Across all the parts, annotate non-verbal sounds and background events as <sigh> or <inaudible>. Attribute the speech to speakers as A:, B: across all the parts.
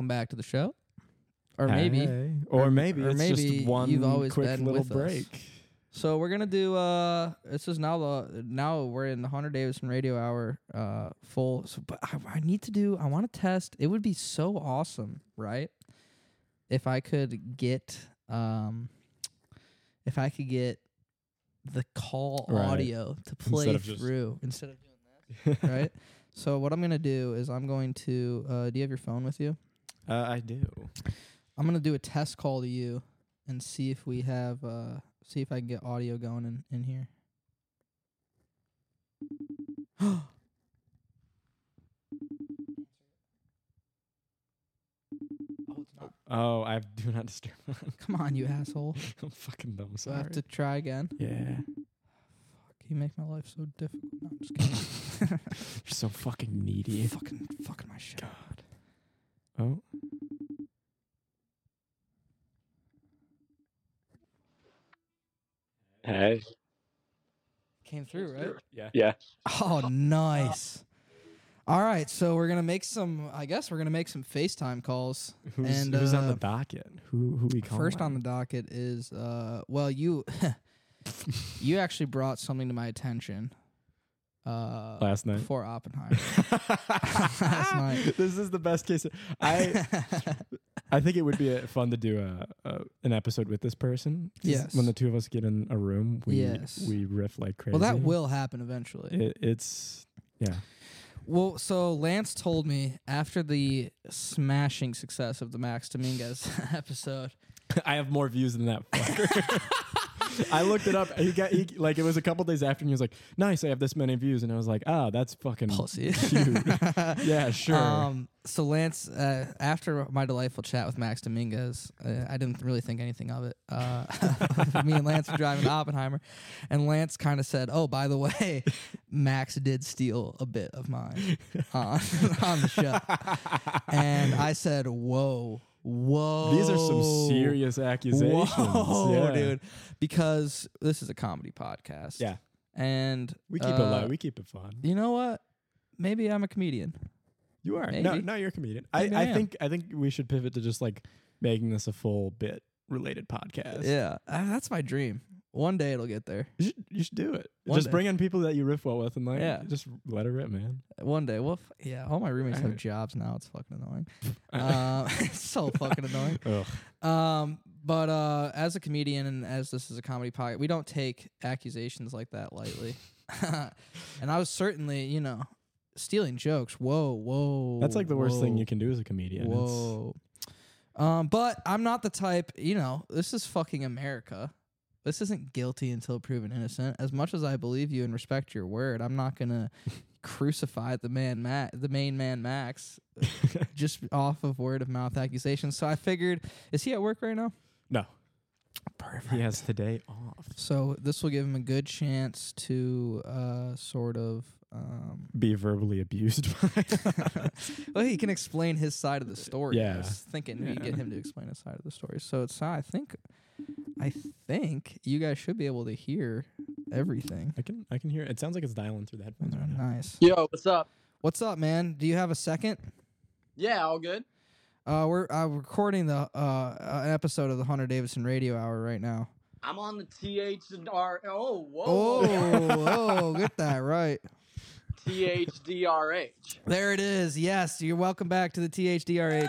A: back to the show, or maybe.
B: Hey. Or,
A: Or-
B: maybe
A: or
B: it's
A: maybe
B: just one
A: you've always
B: quick
A: been
B: little
A: with us.
B: break.
A: So we're gonna do. Uh, this is now the now we're in the Hunter Davidson Radio Hour. Uh, full. So, but I, I need to do. I want to test. It would be so awesome, right? If I could get, um, if I could get the call
B: Right.
A: audio to play
C: Instead of just-
A: through instead of doing this, right? So what I'm gonna do is I'm going to. Uh, do you have your phone with you?
B: <laughs> Uh, I do.
A: I'm gonna do a test call to you and see if we have. Uh, see if I can get audio going in in here. <laughs>
B: Oh, I have do not disturb.
A: Come on, you asshole.
B: <laughs> I'm fucking dumb.
A: So I
B: Sorry.
A: have to try again.
B: yeah.
A: Fuck, you make my life so difficult. No,
B: <laughs>
A: I'm just kidding.
B: You're so fucking needy.
A: fucking, fucking my shit. God.
B: Oh.
C: Hey.
A: Came through, right?
B: Yeah.
C: Yeah.
A: Oh, nice. All right, so we're gonna make some. I guess we're gonna make some FaceTime calls.
B: Who's,
A: And,
B: who's on the
A: uh,
B: docket? Who who we call?
A: First on the docket is, uh, well, you, <laughs> you actually brought something to my attention. Uh, <laughs>
B: last night.
A: before
B: <laughs>
A: Oppenheimer.
B: last
A: night.
B: <laughs> This is the best case. I I think it would be uh, fun to do a, a an episode with this person. 'Cause
A: Yes.
B: When the two of us get in a room, we
A: Yes.
B: we riff like crazy.
A: well, that will happen eventually.
B: It, it's yeah.
A: Well, so Lance told me after the smashing success of the Max Dominguez <laughs> episode.
B: <laughs> I have more views than that fucker. <laughs> I looked it up. He got he, like it was a couple days after, and he was like, "Nice, I have this many views," and I was like, "Ah, that's fucking
A: <laughs> Pussy.
B: cute." yeah, <laughs> sure.
A: Um, so Lance, uh, after my delightful chat with Max Dominguez, uh, I didn't really think anything of it. Uh, <laughs> me and Lance were
B: <laughs>
A: driving to Oppenheimer, and Lance kind of said, "Oh, by the way, Max did steal a bit of
B: <laughs>
A: mine on, on the show," and I said, "Whoa, whoa,
B: These are some serious accusations.
A: oh. whoa,
B: yeah.
A: dude," because this is a comedy podcast.
B: Yeah.
A: and
B: We keep it
A: uh,
B: light. We keep it fun.
A: You know what? Maybe I'm a comedian.
B: You are no,
A: Maybe.
B: no, you're a comedian. I,
A: Maybe I
B: I
A: am.
B: think I think we should pivot to just like making this a full bit related podcast.
A: Yeah, uh, that's my dream. One day it'll get there.
B: You should, you should do it.
A: One
B: just
A: day.
B: bring in people that you riff well with and like
A: Yeah.
B: just let it rip, man.
A: One day. Well, f- yeah. All my roommates have
B: Alright.
A: jobs now. It's fucking
B: <laughs>
A: annoying. uh, <laughs> it's so fucking annoying.
B: Ugh.
A: Um, but uh, as a comedian and as this is a comedy podcast, we don't take accusations like that
B: <laughs>
A: lightly. <laughs> and I was certainly, you know, stealing jokes. Whoa, whoa.
B: That's like the worst thing
A: whoa.
B: you can do as a comedian. It's- <laughs>
A: Whoa. Um, but I'm not the type, you know, this is fucking America. This isn't guilty until proven innocent. As much as I believe you and respect your word, I'm not gonna crucify the man Ma- the main man Max just off of word of mouth accusations. So I figured is he at work right now?
B: no,
A: Perfect.
B: he has today off.
A: So this will give him a good chance to uh sort of um
B: Be verbally abused. <laughs> By
A: well, he can explain his side of the story. I
B: Yeah.
A: was thinking we could get
B: Yeah.
A: him to explain his side of the story. So it's I think I think you guys should be able to hear everything. Oh,
B: I can I can hear. It. it sounds like it's dialing through the headphones right now.
A: Nice.
C: Yo, what's up?
A: What's up, man? Do you have a second?
C: Yeah, all good.
A: Uh, we're uh, recording the uh, an episode of the Hunter Davidson Radio Hour right now.
C: I'm on the TH and R. Oh, whoa. <laughs>
A: Oh, oh, get that right.
C: THDRH.
A: There it is. Yes, you're welcome back to the THDRH.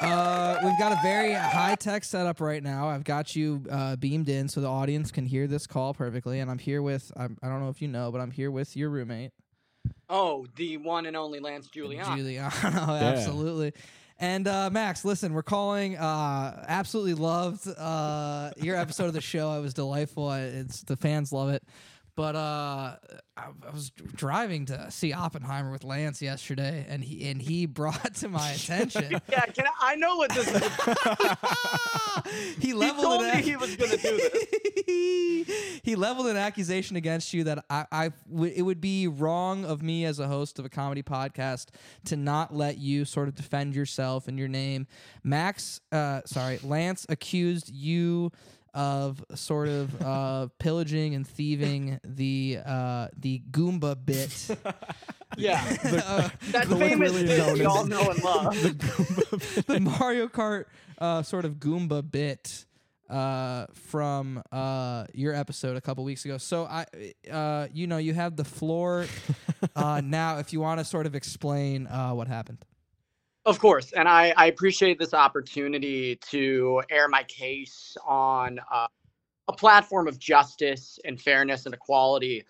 A: Uh, we've got a very high tech setup right now. I've got you uh, beamed in so the audience can hear this call perfectly. And I'm here with, I'm, I don't know if you know, but I'm here with your roommate,
C: Oh, the one and only Lance <laughs> Julian.
A: Giuliano, <laughs> absolutely. And uh, Max, listen, we're calling. Uh, absolutely loved uh, your episode of the show. It was delightful. I- It's the fans love it. But uh, I, I was driving to see Oppenheimer with Lance yesterday, and he and he <laughs> brought to my
C: <laughs>
A: attention. <laughs>
C: yeah, can I, I know what this is.
A: he
C: he
A: leveled
C: told
A: it.
C: me
A: at-
C: he was going to do this.
A: <laughs> he leveled an accusation against you that I, I w- it would be wrong of me as a host of a comedy podcast to not let you sort of defend yourself and your name. Max, uh, sorry, Lance accused you of sort of
C: <laughs>
A: uh, pillaging and thieving the uh, the Goomba bit.
C: Yeah. <laughs>
A: Uh, <laughs>
C: That
B: Colloquially
C: famous
B: known
C: bit we
B: as-
C: all know and <laughs> love.
A: the Mario Kart uh, sort of Goomba bit uh, from uh, your episode a couple weeks ago. So I, uh, you know, you have the floor
B: <laughs>
A: uh, now. If you want to sort of explain uh, what happened,
C: Of course, and I, I appreciate this opportunity to air my case on uh, a platform of justice and fairness and equality.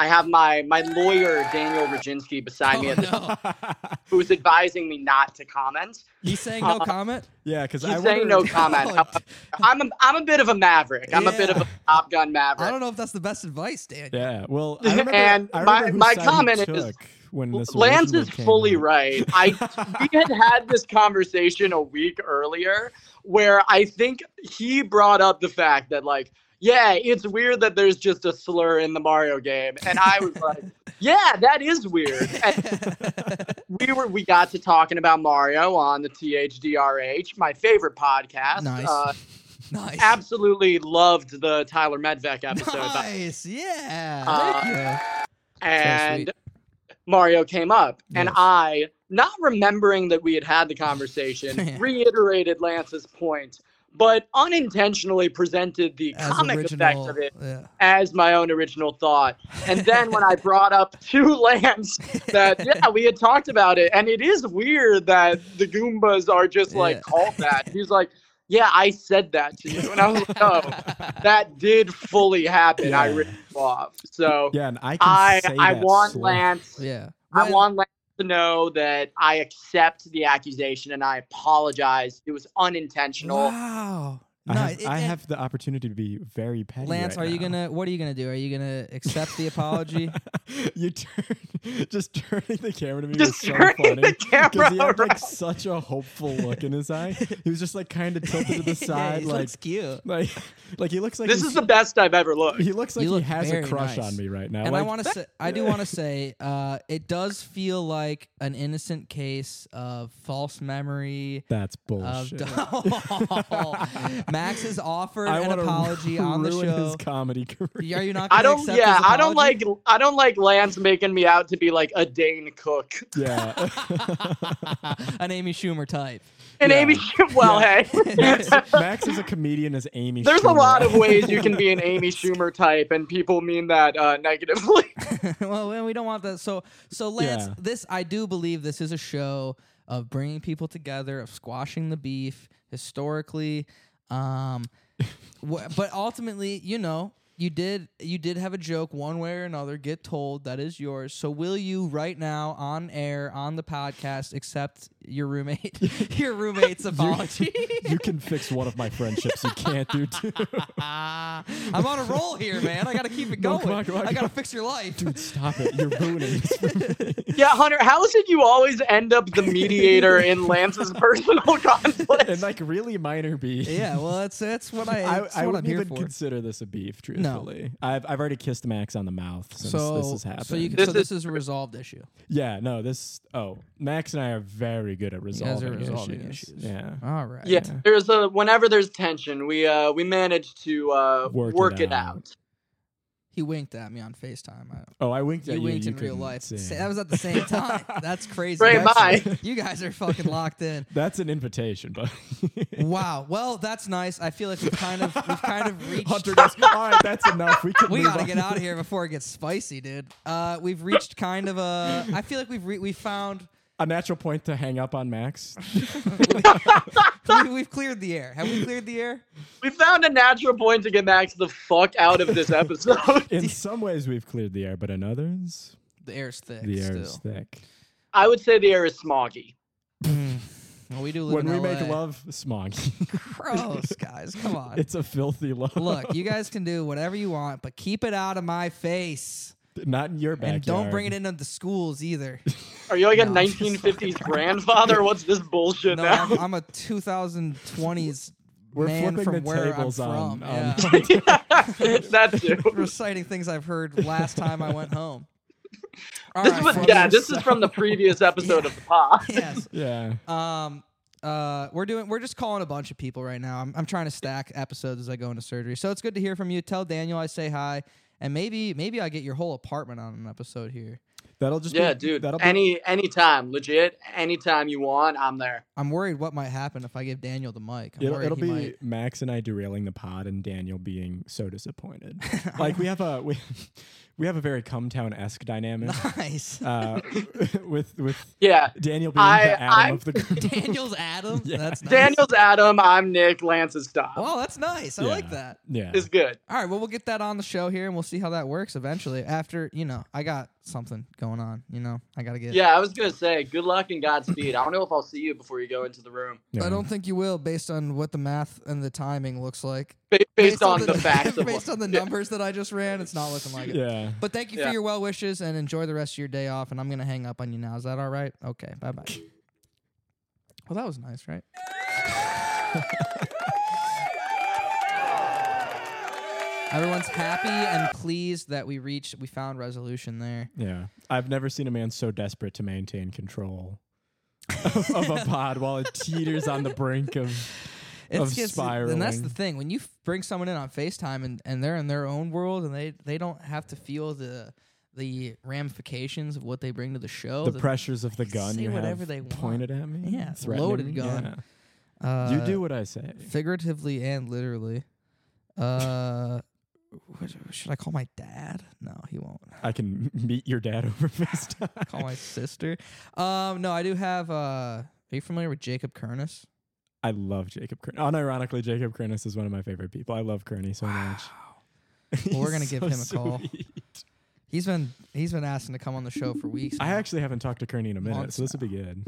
C: I have my my lawyer Daniel Roginski beside me,
A: Oh,
C: at the,
A: no.
C: who's advising me not to comment.
A: he's saying no comment.
B: <laughs> yeah, because
C: He's
B: I
C: saying
B: wondered-
C: Uh, <laughs> no comment.
A: Oh,
C: I'm a, I'm a bit of a maverick. I'm a bit of a Top Gun
A: I
C: maverick.
A: don't know if that's the best advice, Dan.
B: <laughs> Yeah, well, I remember,
C: And
B: I
C: my-
B: remember whose
C: my
B: side you
C: comment is,
B: took when this
C: Lance is
B: originally came
C: fully
B: out.
C: right. I
A: <laughs>
C: we had had this conversation a week earlier where I think he brought up the fact that like, yeah, it's weird that there's just a slur in the Mario game, and I was
A: <laughs>
C: like, yeah, that is weird. And we were we got to talking about Mario on the THDRH, my favorite podcast.
A: Nice.
C: Uh,
A: <laughs> nice.
C: absolutely loved the
A: <laughs>
C: Tyler Medvec episode. about-
A: Nice. Yeah.
C: Uh,
A: Thank
C: and
A: sweet.
C: Mario came up, and
B: Yes.
C: I, not remembering that we had had
A: <laughs>
C: the conversation,
A: Man.
C: reiterated Lance's point, but unintentionally presented the
A: you. As
C: comic
A: original,
C: effect of it
A: yeah.
C: as my own original thought. And then when I brought up to <laughs> Lance
A: <laughs>
C: that yeah, we had talked about it, and it is weird that the Goombas are just
A: Yeah.
C: like called that. He's like, "Yeah, I said that to you," and I was like,
A: <laughs>
C: "Oh, that did fully happen. I
B: Yeah.
C: ripped you off." So.
B: Yeah, and I can
C: I
B: say
C: I
B: that
C: want
B: slow.
C: Lance.
A: yeah.
C: I
A: When-
C: want Lance to know that I accept the accusation and I apologize. It was unintentional.
A: Wow.
B: I
A: No,
B: have,
A: it-
B: I
A: it-
B: have the opportunity to be very petty.
A: Lance,
B: right
A: are you
B: now. <laughs>
A: gonna? What are you gonna do? Are you gonna accept the
C: <laughs>
A: apology?
B: you turn, <laughs> just turning the camera to me
C: <laughs> Just
B: was so
C: turning
B: funny.
C: the camera
B: Because he had
C: around.
B: like such a
A: <laughs>
B: hopeful look in his eye. He was just like kind of tilted to the side,
A: yeah,
B: like,
A: looks cute.
B: like, <laughs> like he looks like
C: this
B: he's-
C: is the best I've ever looked.
B: he looks like
A: You
B: he
A: look
B: has a
A: very
B: crush
A: nice.
B: on me right now.
A: And I
B: like,
A: want to say, I do want to say, uh, it does feel like an innocent case of false memory.
B: that's
A: Of
B: bullshit. <laughs>
A: <laughs> Max has offered
B: I
A: an
B: wanna <laughs>
A: apology on the
B: ruin
A: show.
B: his comedy career.
A: Are you not? Gonna
C: I don't.
A: accept his
C: Yeah, I don't
A: apology?
C: like. I don't like Lance making me out to be like a Dane Cook
A: <laughs>
B: Yeah. <laughs>
A: an Amy Schumer type.
C: and
B: Yeah.
C: Amy.
B: <laughs>
C: Well,
A: <laughs>
B: Max,
C: hey.
B: Max is a comedian as Amy.
C: <laughs> There's a
B: Schumer.
C: lot of ways you
B: <laughs>
C: can be an Amy Schumer type, and people mean that uh, negatively. <laughs>
A: <laughs> well, we- we don't want that. So, so Lance,
B: Yeah.
A: this I do believe this is a show of bringing people together, of squashing the beef historically,
B: <laughs>
A: um, wh- but ultimately, you know, you did you did have a joke one way or another get told that is yours. So, will you right now on air on the podcast accept your roommate <laughs> your
B: <laughs>
A: roommate's apology? <laughs>
B: You can fix one of my friendships. You can't do two.
A: Ah, I'm on a roll here, man. I got to keep it
B: No,
A: going.
B: come on, come on,
A: I got
B: <laughs>
A: to
B: come on.
A: fix your life.
B: Dude, stop it. You're ruining this for me.
C: yeah, Hunter, how is it you always end up the mediator in Lance's personal <laughs> conflict?
B: <laughs> <laughs> And like really minor B.
A: yeah, well, that's that's what I,
B: <laughs> I,
A: that's
B: I
A: what
B: wouldn't
A: I'm here
B: even
A: for.
B: consider this a beef, truthfully. I've, I've already kissed Max on the mouth since
A: so
B: this has happened.
A: so you can,
C: This
A: so
C: is-
A: this is a resolved issue.
B: yeah, no, this. Oh, Max and I are very good at
A: You guys
B: resolving,
A: are resolving
B: issues.
A: issues.
B: Yeah.
A: All right.
C: Yeah,
B: Yeah.
C: there's a whenever there's tension, we uh we manage to uh
B: Work
C: work,
B: it
C: it,
B: out.
C: out.
A: He winked at me on Facetime. I,
B: Oh, I winked at
A: you
B: you.
A: winked
B: you
A: in real
B: couldn't
A: life.
B: see.
A: Sa- That was at the
B: <laughs>
A: same time. That's crazy.
C: Great
A: That's-
C: mind.
A: <laughs> You guys are fucking locked in.
B: That's an invitation, but <laughs>
A: Wow. Well, that's nice. I feel like we've kind of we've kind
B: <laughs>
A: of reached.
B: Hunter goes, all right, that's enough. We
A: <laughs>
B: can
A: we
B: move
A: gotta
B: on."
A: get out of here before it gets spicy, dude. Uh, we've reached kind of a. I feel like we've re- we found
B: A natural point to hang up on Max.
A: we, we've cleared the air. Have we cleared the air?
C: We found a natural point to get Max the fuck out of this episode.
A: <laughs>
B: In some ways, we've cleared the air, but in others,
A: The air's thick.
B: the air
A: still.
B: is thick.
C: <laughs> I would say the air is smoggy.
A: Hmm. Well, we do live
B: When
A: in
B: we
A: LA.
B: make love, smog.
A: <laughs> gross, guys. Come on.
B: <laughs> it's a filthy love.
A: Look, you guys can do whatever you want, but keep it out of my face.
B: <laughs> not in your backyard.
A: And don't bring it into the schools
C: <laughs>
A: either.
C: Are you like a
A: No, I'm just
C: 1950s
A: <laughs>
C: grandfather? What's this bullshit
A: No,
C: now? <laughs>
A: I'm, I'm a 2020s
B: <laughs> We're
A: man
B: flipping
A: from
B: the
A: where
B: tables
A: I'm
B: on. um,
A: from.
B: <laughs> on-
A: yeah. <laughs>
C: <laughs> That's it.
A: Reciting things I've heard last time I went home.
C: <laughs>
A: All
C: This
A: right,
C: was
A: folks.
C: yeah. This is from the previous episode of the pod.
A: <laughs> yes.
B: yeah.
A: Um, uh, we're doing. We're just calling a bunch of people right now. I'm, I'm trying to stack episodes as I go into surgery. So it's good to hear from you. Tell Daniel I say hi, and maybe maybe I get your whole apartment on an episode here.
B: That'll just
C: yeah,
B: be,
C: dude.
B: That'll be,
C: Any anytime, legit. Anytime you want, I'm there.
A: I'm worried what might happen if I give Daniel the mic. I'm
B: it'll,
A: worried
B: it'll
A: he
B: be
A: might.
B: <laughs> Max and I derailing the pod, and Daniel being so
A: <laughs>
B: disappointed. like we have a we <laughs> we have a very cumtown esque dynamic
A: nice. <laughs>
B: uh, <laughs> with with
C: Yeah.
B: Daniel being
C: I-
B: the Adam
C: I'm- <laughs>
B: of the group.
A: Daniel's Adam.
B: Yeah.
A: That's nice.
C: Daniel's Adam. I'm Nick. Lance's Tom.
A: Wow, that's nice. I
B: Yeah.
A: like that.
B: <laughs> yeah.
C: It's good.
A: All right, well, we'll get that on the show here, and we'll see how that works eventually. After you know, I got something going on. You know, I gotta get.
C: Yeah, I was gonna say, good luck and Godspeed. I don't know if I'll see you before you go into the room,
B: yeah.
A: I don't think you will, based on what the math and the timing looks like.
C: ba- based, on, the,
A: <laughs>
C: <laughs> facts. of
A: based
C: what-
A: on the
C: Yeah.
A: numbers that I just ran, it's not looking like it.
B: Yeah.
A: But thank you for
C: Yeah.
A: your well wishes and enjoy the rest of your day off. And I'm gonna hang up on you now. Is that all right? Okay, bye bye. well, that was nice, right? <laughs> Everyone's happy and pleased that we reached, we found resolution there.
B: Yeah. I've never seen a man so desperate to maintain control of, of a pod while it teeters on the brink of. Of
A: and that's the
B: spiraling.
A: thing. When you f- bring someone in on FaceTime and, and they're in their own world and they, they don't have to feel the the ramifications of what they bring to the show.
B: The
A: that-
B: pressures of the
A: can
B: gun
A: say
B: you
A: whatever
B: have
A: they want.
B: pointed at me.
A: Yeah, it's a
B: threatening
A: loaded
B: me,
A: gun.
B: yeah.
A: uh,
B: you do what I say.
A: figuratively and literally. Uh, what- should I call my dad? No, he won't.
B: I can <laughs> meet your dad over FaceTime. <laughs>
A: Call my sister. Um, no, I do have. Uh, are you familiar with Jacob Kernis?
B: I love Jacob Kern. Unironically, Jacob Kernis is one of my favorite people. I love
A: <sighs>
B: Kearney so much.
A: Well, we're gonna
B: He's
A: give
B: so
A: him a call.
B: sweet.
A: He's been he's been asking to come on the show for weeks.
B: I
A: now.
B: actually haven't talked to Kearney in a minute,
A: Months
B: so this will be good.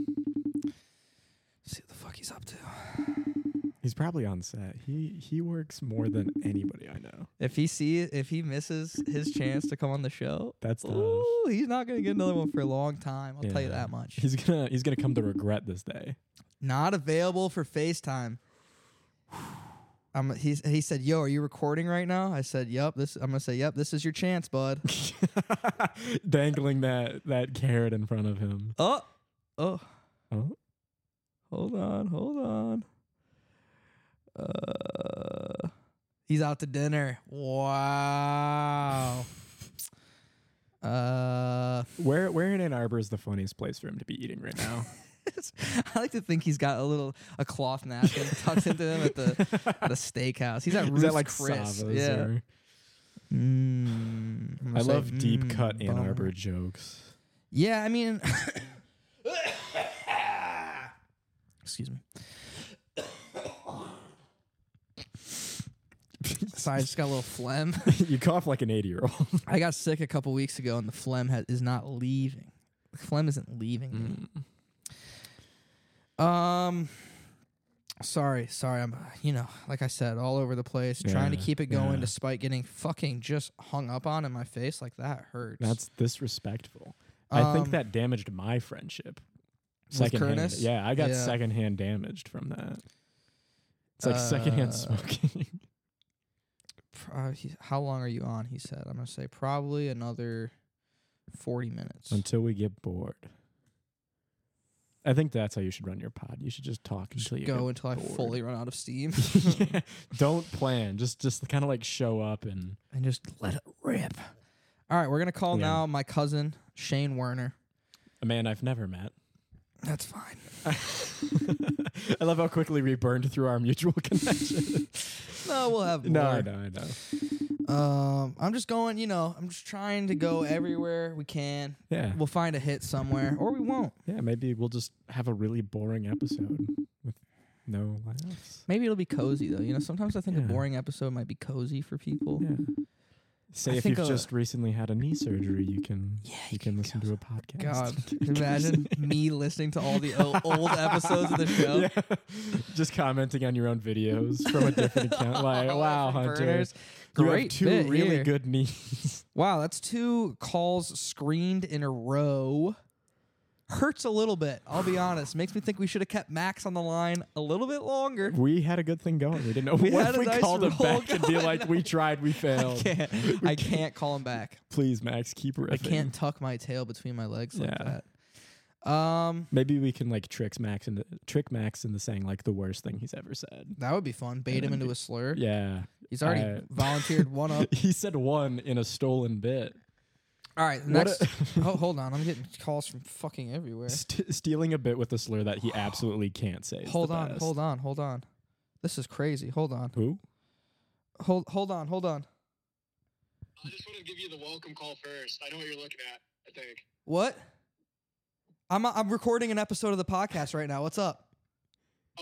A: see what the fuck he's up to.
B: He's probably on set. He he works more than anybody I know.
A: If he see if he misses his chance to come on the show,
B: That's tough.
A: ooh, he's not gonna get another one for a long time. I'll tell you
B: Yeah.
A: that much.
B: He's gonna he's gonna come to regret this day. <laughs>
A: not available for FaceTime. I'm, he's, he said, "Yo, are you recording right now?" I said, "Yep." This I'm gonna say, "Yep, this is your chance, bud."
B: Dangling that that carrot in front of him.
A: <laughs> oh, oh,
B: Oh,
A: hold on, hold on. Uh, he's out to dinner. <laughs> Wow. uh,
B: where where in Ann Arbor is the funniest place for him to be eating right now?
A: I like to think he's got a little a cloth napkin tucked into him at the at <laughs> the steakhouse. He's at
B: is
A: Ruth's
B: that like
A: Chris.
B: Sava's
A: Yeah.
B: or-
A: Mm, I'm gonna
B: I
A: say,
B: love deep
A: mm,
B: cut Ann
A: bummer.
B: Arbor jokes. <laughs>
A: Yeah, I mean, <coughs> excuse me. <coughs> Sorry, I just got a little phlegm. <laughs>
B: you cough like an eighty year old.
A: I got sick a couple weeks ago, and the phlegm ha- is not leaving. The phlegm isn't leaving.
B: Mm-hmm.
A: me. Um, sorry, sorry. I'm, you know, like I said, all over the place, trying to
B: Yeah,
A: keep it going
B: yeah.
A: despite getting fucking just hung up on in my face. Like that hurts.
B: That's disrespectful. I think
A: Um,
B: that damaged my friendship.
A: With
B: Secondhand-
A: Curtis?
B: Yeah, I got
A: Yeah.
B: secondhand damaged from that. It's like secondhand
A: Uh,
B: smoking. <laughs>
A: pr- uh, he, how long are you on? He said. I'm gonna say probably another forty minutes.
B: until we get bored. I think that's how you should run your pod. You should just talk
A: Just
B: until you
A: go
B: get
A: until I
B: bored.
A: fully run out of steam
B: <laughs> Yeah. Don't plan. Just just kind of like show up <laughs> and
A: and <laughs> just let it rip. All right, we're gonna call
B: Yeah.
A: now my cousin Shane Werner.
B: a man I've never met. <laughs>
A: That's fine.
B: I love how quickly we burned through our mutual <laughs> connection.
A: No, we'll have
B: no,
A: more.
B: I know, I know.
A: Um, I'm just going. You know, I'm just trying to go everywhere we can.
B: Yeah.
A: We'll find a hit somewhere, or we won't.
B: Yeah, maybe we'll just have a really boring episode with no laughs.
A: Maybe it'll be cozy though. You know, sometimes I think a
B: Yeah.
A: boring episode might be cozy for people.
B: Yeah. Say
A: I
B: if
A: think
B: you've
A: a-
B: just recently had a knee surgery, you can
A: Yeah,
B: you can listen to a podcast.
A: God, imagine me listening to all the o- old episodes of
B: <laughs>
A: the show.
B: <laughs> Yeah. Just commenting on your own videos from a different
A: <laughs>
B: account. Like,
A: All
B: wow,
A: different
B: Hunter.
A: burners.
B: You have
A: Oh, Great
B: two
A: bit
B: really
A: here.
B: good knees.
A: Wow, that's two calls screened in a row. Hurts a little bit. I'll be honest. Makes me think we should have kept Max on the line a little bit
B: <laughs>
A: longer.
B: <laughs> we had a good thing going. We didn't know.
A: We
B: what
A: had
B: if
A: a
B: we
A: nice
B: called him
A: roll
B: back and be
A: going.
B: like, we tried, <laughs>
A: <laughs>
B: we
A: I
B: failed.
A: can't. I can't call him back.
B: Please, Max, keep riffing.
A: I can't tuck my tail between my legs like
B: Yeah.
A: that. Um,
B: Maybe we can like tricks Max into trick Max into saying like the worst thing he's ever said.
A: that would be fun. Bait him into a slur.
B: Yeah.
A: He's already
B: I- <laughs>
A: volunteered one up.
B: he said one in a stolen bit.
A: All right,
B: What
A: next.
B: a-
A: <laughs>
B: <laughs>
A: oh, hold on. I'm getting calls from fucking everywhere.
B: St- stealing a bit with a slur that he absolutely can't say. is
A: hold
B: the
A: on,
B: best.
A: hold on, hold on. This is crazy. Hold on.
B: Who?
A: Hold hold on, hold on.
D: I just want to give you the welcome call first. I know what you're looking at, I think.
A: What? I'm I'm recording an episode of the podcast right now. What's up?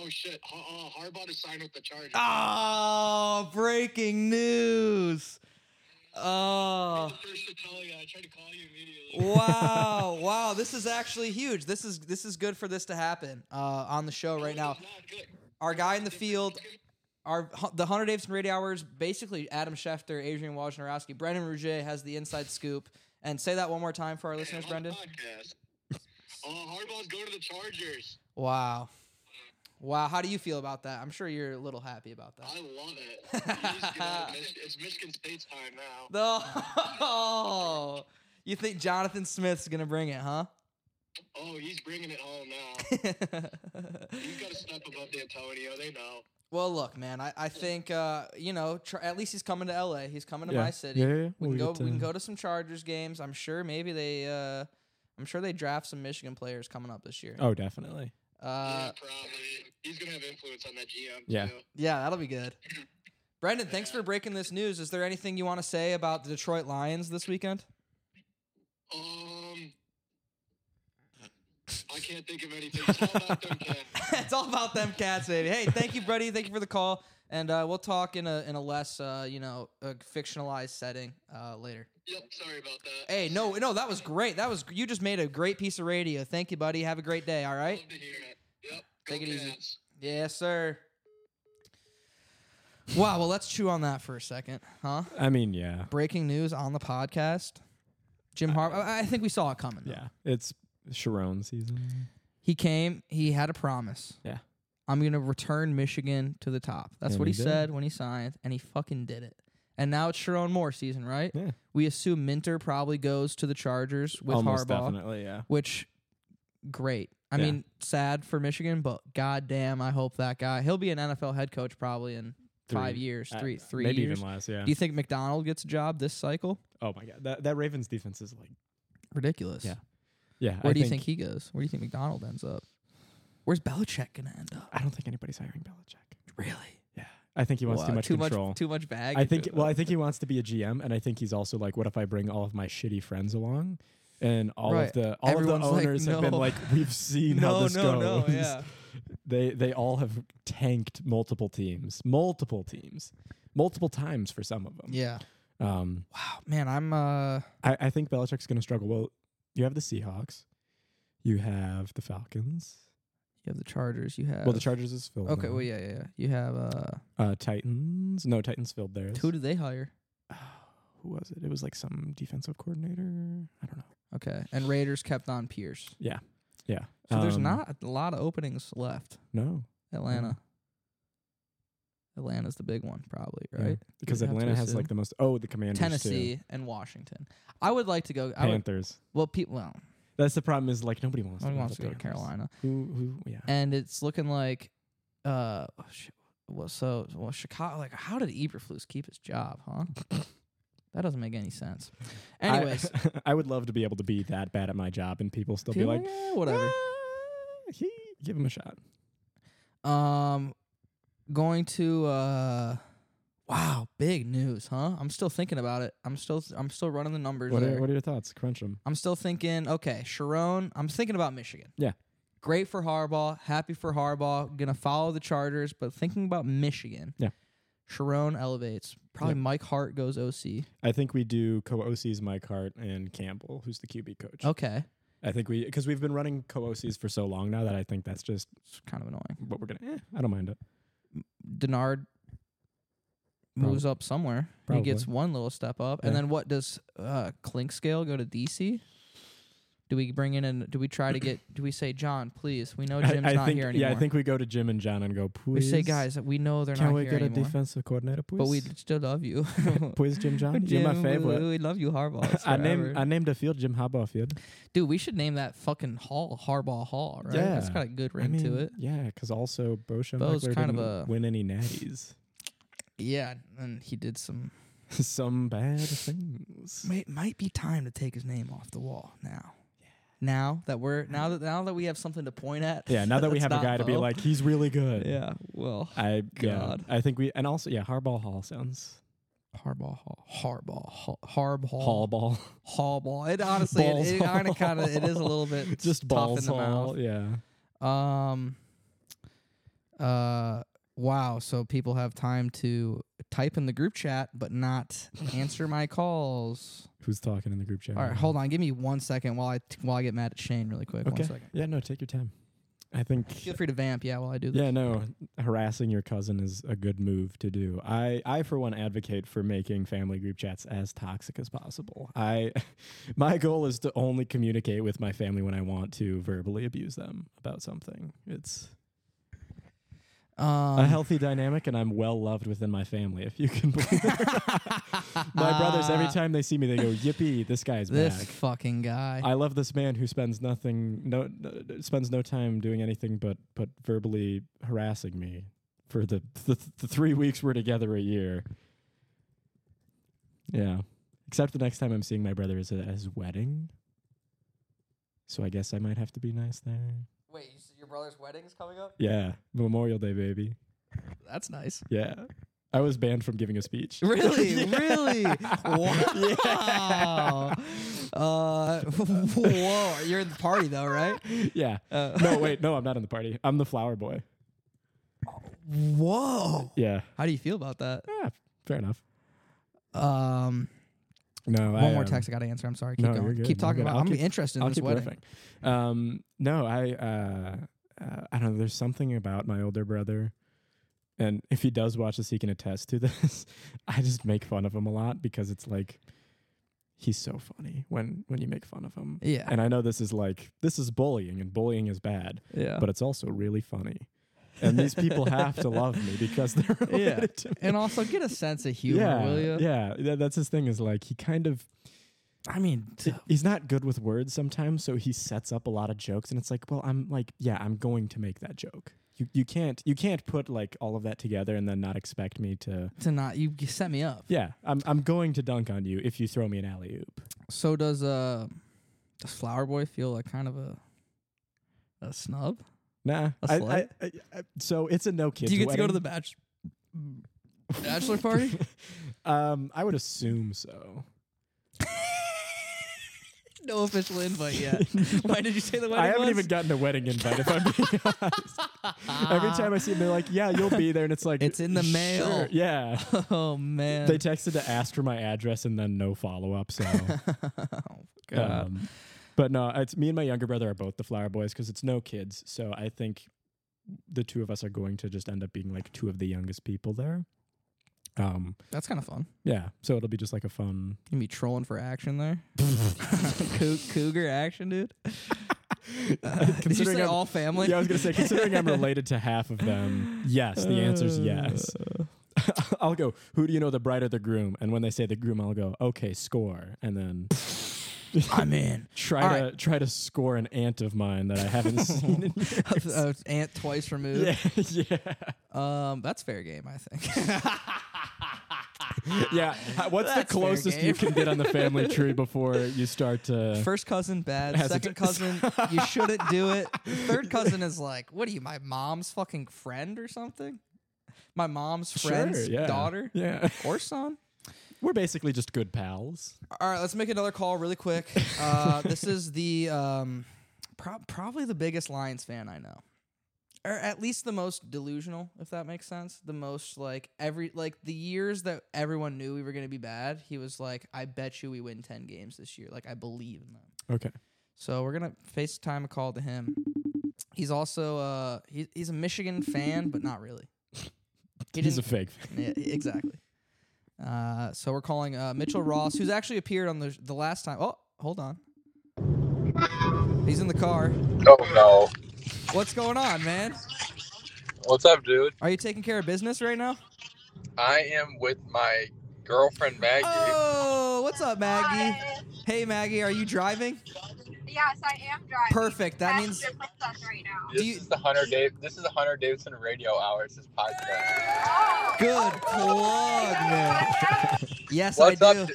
D: Oh, shit. Ha- uh, Harbaugh to sign with the Chargers.
A: Ah. Oh, breaking news.
D: I'm
A: Oh.
D: the first to tell you. I tried to call you immediately.
A: Wow, <laughs> wow. This is actually huge. This is this is good for this to happen uh, on the show right now.
D: It's not good.
A: Our guy in the field, our the Hunter Davidson Radio Hours, basically Adam Schefter, Adrian Wojnarowski, Brendan Rouget has the inside scoop. And say that one more time for our listeners,
D: Hey, I'm on the
A: Brendan.
D: podcast. Uh, Harbaugh's going to the
A: <laughs>
D: Chargers.
A: Wow. Wow. How do you feel about that? I'm sure you're a little happy about that.
D: I love it. He's, you know, Mich- it's Michigan State's time now.
A: <laughs> No. You think Jonathan Smith's going to bring it, huh? <laughs>
D: Oh, he's bringing it home now. He's got to step above D'Antonio. They know.
A: well, look, man, I, I think, uh, you know, tr- at least he's coming to LA. He's coming to
B: yeah.
A: my city.
B: Yeah, yeah, yeah.
A: We,
B: We'll
A: can go,
B: get,
A: we can
B: uh,
A: go to some Chargers games. I'm sure maybe they. Uh, I'm sure they draft some Michigan players coming up this year.
B: Oh, definitely.
A: Uh,
D: yeah, probably. He's going to have influence on that GM,
B: Yeah.
D: too.
A: yeah, that'll be good. Brendan, thanks for breaking this news. Is there anything you want to say about the Detroit Lions this weekend?
D: Um, I can't think of anything. It's all about them,
A: <laughs>
D: Ken.
A: it's all about them cats, baby. Hey, thank you, buddy. Thank you for the call, and uh, we'll talk in a in a less uh, you know a fictionalized setting uh, later.
D: Yep, sorry about that.
A: Hey, no, no, that was great. That was you just made a great piece of radio. Thank you, buddy. Have a great day. All right.
D: Love to hear it. Yep.
A: Take
D: go
A: it easy.
D: Cats.
A: Yes, sir. Wow. Well, let's chew on that for a second, huh?
B: I mean, yeah,
A: Breaking news on the podcast. Jim Harbaugh. I I think we saw it coming. though.
B: yeah. It's Sharon season.
A: He came. He had a promise.
B: Yeah.
A: I'm gonna return Michigan to the top. That's
B: And
A: what he,
B: he did.
A: said when he signed, and he fucking did it. And now it's Sharon Moore season, right?
B: Yeah.
A: We assume Minter probably goes to the Chargers with
B: Almost
A: Harbaugh,
B: definitely, yeah.
A: which great. I
B: Yeah.
A: mean, sad for Michigan, but goddamn, I hope that guy he'll be an NFL head coach probably in five
B: Three.
A: years,
B: Uh,
A: three three
B: maybe
A: years.
B: even less, yeah.
A: Do you think McDonald gets a job this cycle?
B: Oh my god, that that Ravens defense is like,
A: Ridiculous.
B: Yeah. yeah.
A: Where
B: I
A: do you think he goes? Where do you think McDonald ends up? Where's Belichick gonna end up?
B: I don't think anybody's hiring Belichick.
A: Really?
B: Yeah, I think he wants
A: Wow,
B: too much control.
A: too much bag.
B: I
A: into
B: think.
A: it,
B: Well,
A: though.
B: I think he wants to be a GM, and I think he's also like, what if I bring all of my shitty friends along? And all
A: Right.
B: of the all
A: Everyone's
B: of
A: like,
B: the owners have
A: "No."
B: been like,
A: <laughs>
B: we've seen how
A: no,
B: this
A: no,
B: goes.
A: no,
B: <laughs>
A: yeah.
B: They they all have tanked multiple teams, multiple teams, multiple times for some of them.
A: Yeah.
B: Um,
A: Wow, man, I'm uh
B: I, I think Belichick's going to struggle. Well, you have the Seahawks, you have the Falcons.
A: you have the Chargers, you have
B: Well, the Chargers is filled.
A: Okay,
B: now.
A: well yeah, yeah, yeah. You have uh
B: Uh, Titans. No, Titans filled theirs.
A: who did they hire?
B: <sighs> who was it? It was like some defensive coordinator. I don't know.
A: Okay. And Raiders kept on Pierce.
B: Yeah.
A: So there's
B: Um,
A: not a lot of openings left.
B: no
A: Atlanta. Atlanta's the big one probably, right?
B: Mm-hmm. because
A: You'd have to
B: Atlanta has
A: assume.
B: like the most. Oh, the Commanders. too.
A: Tennessee and Washington. I would like to go I would,
B: Panthers.
A: well people well,
B: That's the problem. Is like nobody wants.
A: I
B: go
A: wants to go to
B: Panthers.
A: Carolina.
B: Who? Who? Yeah.
A: And it's looking like uh oh, sh- well so well Chicago like how did Eberflus keep his job, huh?
B: <laughs>
A: that doesn't make any sense.
B: I-
A: Anyways,
B: <laughs> I, would love to be able to be that bad at my job, and people still be
A: People,
B: like,
A: "Eh, whatever.
B: "Ah, he give him a shot.
A: Um, going to uh, wow, big news, huh? I'm still thinking about it. I'm still I'm still running the numbers.
B: What
A: there.
B: are, what are your thoughts? Crunch them.
A: I'm still thinking. Okay, Sharon. I'm thinking about Michigan.
B: Yeah.
A: Great for Harbaugh. Happy for Harbaugh. Gonna follow the Chargers, but thinking about Michigan.
B: Yeah.
A: Sharon elevates. Probably
B: Yep.
A: Mike Hart goes OC.
B: I think we do co OCs Mike Hart and Campbell, who's the QB coach.
A: Okay.
B: I think we because we've been running co OCs for so long now that I think that's just
A: It's kind of annoying.
B: what we're gonna. Eh, I don't mind it.
A: Denard moves up somewhere. He
B: Probably.
A: gets one little step up, and
B: Yeah.
A: then what does uh, Clink Scale go to DC? Do we bring in and do we try to get? Do we say John, please? We know
B: <laughs> I-
A: Oh, Jim's
B: I,
A: not
B: think
A: here anymore.
B: yeah, I think we go to Jim and John and go. Please,
A: we say guys, we know they're
B: can
A: not
B: we
A: here
B: get a
A: anymore,
B: defensive coordinator, please? <laughs>
A: but we <laughs> still love you.
B: Please, Jim John,
A: Jim,
B: you're my
A: we-
B: favorite.
A: We, love you, Harbaugh. <laughs> It's
B: <laughs> I named
A: forever.
B: I named a field Jim Harbaugh Field.
A: Dude, we should name that fucking hall Harbaugh Hall, right?
B: Yeah.
A: That's got a good ring
B: I mean,
A: to it.
B: Yeah, because also Bo
A: Bo's
B: Schembechler
A: kind of
B: didn't
A: a-
B: win any natties.
A: Yeah, and he did some
B: <laughs> Some
A: <laughs>
B: bad things.
A: It might be time to take his name off the wall now. Now that we're now that now that we have something to point at.
B: Yeah, now that
A: <laughs>
B: we
A: that's
B: have a
A: not
B: guy to be
A: Bo.
B: like, he's really good.
A: Yeah. Well.
B: I
A: God.
B: Yeah, I think we and also yeah, Harbaugh Hall sounds
A: Harbaugh Hall. Harbaugh Hall. Harb
B: Hall
A: Hall.
B: ball.
A: Hallball. It honestly, it,
B: Balls
A: it kind of kind of it is a
B: Hall.
A: little bit
B: <laughs> <laughs> Just
A: tough
B: balls
A: in the mouth.
B: Hall. Yeah.
A: Um. Uh. Wow. So people have time to type in the group chat, but
B: <laughs>
A: not answer my calls.
B: Who's talking in the group chat?
A: All right, hold on. Give me one second while I t- while I get mad at Shane really quick.
B: Okay.
A: One second.
B: Yeah, no, take your time. I think
A: Feel free to vamp. Yeah, while I do this.
B: Yeah, no, harassing your cousin is a good move to do. I, I for one advocate for making family group chats as toxic as possible. I <laughs> my goal is to only communicate with my family when I want to verbally abuse them about something. It's
A: Um,
B: a healthy dynamic and I'm well loved within my family if you can believe it. <laughs> my brothers every time they see me they go, "Yippee, this guy's
A: Ah. This
B: back."
A: fucking guy.
B: I love this man who spends nothing, no, no- spends no time doing anything but but verbally harassing me for the the, the three weeks we're together a year. Yeah, except the next time I'm seeing my brother is at his wedding, so I guess I might have to be nice there.
A: Wait, your brother's wedding's coming up?
B: Yeah, Memorial Day, baby.
A: That's nice.
B: Yeah, I was banned from giving a speech.
A: Really,
B: <laughs>
A: really. Wow. Uh, <laughs> whoa. You're in the party though,
B: <laughs>
A: right?
B: yeah.
A: Uh,
B: No, wait, no, I'm not in the party. I'm the flower boy.
A: Whoa. <laughs>
B: Yeah.
A: How do you feel about that?
B: Yeah. Fair enough.
A: Um,
B: No,
A: one more
B: um,
A: text I got to answer. I'm sorry. Keep
B: no,
A: going.
B: you're good,
A: Keep
B: you're
A: talking
B: good.
A: about.
B: I'll
A: I'm
B: keep-
A: interested in
B: I'll
A: this
B: keep
A: wedding.
B: riffing. Um, no, I, uh, uh, I don't know. There's something about my older brother, and if he does watch this, he can attest to <laughs> this. I just make fun of him a lot because it's like he's so funny when when you make fun of him.
A: Yeah.
B: And I know this is like this is bullying, and bullying is bad,
A: yeah.
B: but it's also really funny. And these people have to love me because they're
A: <laughs>
B: related
A: Yeah.
B: to me.
A: and also get a sense of humor,
B: yeah,
A: will you?
B: yeah. Tha- that's his thing. Is like he kind of
A: I mean, t-
B: he's not good with words sometimes, so he sets up a lot of jokes, and it's like, well, I'm like, yeah, I'm going to make that joke. You you can't you can't put like all of that together and then not expect me to.
A: to not you you set me up.
B: Yeah, I'm I'm going to dunk on you if you throw me an alley oop.
A: So does uh does Flower Boy feel like kind of a a snub?
B: Nah,
A: A
B: I- I-
A: slight?
B: I- I- so it's a no kids.
A: Do you get to go to the
B: wedding.
A: batch- bachelor party?
B: <laughs> Um, I would assume so.
A: no official invite
B: <laughs>
A: yet. Why did you say the wedding?
B: I haven't
A: was?
B: even gotten a wedding invite. If
A: <laughs>
B: I'm being honest, every time I see them, they're like, "Yeah, you'll be there," and it's like,
A: It's in the
B: "Sure,
A: mail."
B: Yeah.
A: <laughs> Oh man.
B: They texted to ask for my address and then no follow up. So,
A: <laughs> oh god.
B: um, but no, it's me and my younger brother are both the flower boys because it's no kids. So I think the two of us are going to just end up being like two of the youngest people there. Um,
A: That's kind of fun.
B: yeah. So it'll be just like a fun.
A: You can be trolling for action
B: <laughs>
A: there. Cou- Cougar action, dude. Did you
B: Considering
A: say
B: I'm-
A: all family?
B: Yeah, I was gonna say considering I'm related to half of them. Yes, the
A: Uh.
B: answer's yes. <laughs> I'll go. Who do you know? The bride or the groom? And when they say the groom, I'll go. Okay, score. And then
A: I'm in.
B: <laughs> try
A: All
B: to try to score an aunt of mine that I
A: <laughs>
B: haven't seen. In <laughs> years.
A: uh, ant twice removed.
B: yeah, yeah,
A: Um, that's fair game, I think.
B: <laughs> yeah. How- What's
A: That's
B: the
A: fair
B: closest you
A: game.
B: can get on
A: <laughs>
B: the family tree before you start to?
A: First cousin, bad.
B: Has a
A: Second
B: t-
A: cousin,
B: <laughs>
A: you shouldn't do it. Third cousin is like, what are you, my mom's fucking friend or something? My mom's
B: Sure,
A: friend's
B: yeah.
A: daughter
B: Yeah,
A: or son?
B: <laughs> we're basically just good pals.
A: All right, let's make another call really quick. Uh, this is the um, prob probably the biggest Lions fan I know, or at least the most delusional, if that makes sense. The most like every like the years that everyone knew we were going to be bad, he was like, "I bet you we win ten games this year." Like I believe in them.
B: Okay.
A: So we're gonna FaceTime a call to him. He's also uh, he, he's a Michigan fan, but not really. He
B: He's a
A: didn't- <laughs>
B: fake.
A: yeah, exactly. Uh, so we're calling uh, Mitchell Ross, who's actually appeared on the the last time. Oh, hold on. He's in the car.
E: Oh no.
A: What's going on, man?
E: What's up, dude?
A: Are you taking care of business right now?
E: I am with my girlfriend Maggie.
A: Oh, what's up, Maggie?
F: Hi.
A: Hey, Maggie, are you driving?
F: Yes, I am driving.
A: Perfect. That
F: At
A: means
F: your princess right now.
E: this
A: do you-
E: is the Hunter Dave this is the Hunter Davidson radio hour. It's his podcast.
F: Oh,
A: good plug, man. <laughs>
F: that's
A: Yes,
E: What's
A: I do.
E: up, du-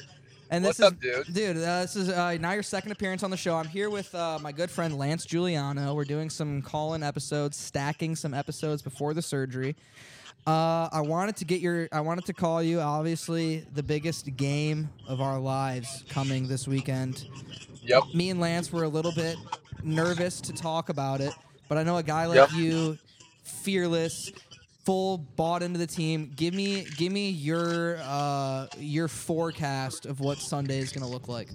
A: and this
E: what's
A: is
E: up, dude?
A: Dude, uh, this is uh, now your second appearance on the show. I'm here with uh, my good friend Lance Giuliano. We're doing some call-in episodes, stacking some episodes before the surgery. Uh, I wanted to get your, I wanted to call you. Obviously, the biggest game of our lives coming this weekend.
E: Yep.
A: Me and Lance were a little bit nervous to talk about it, but I know a guy like
E: Yep.
A: you, fearless, full bought into the team. Give me, give me your, uh, your forecast of what Sunday is going to look like.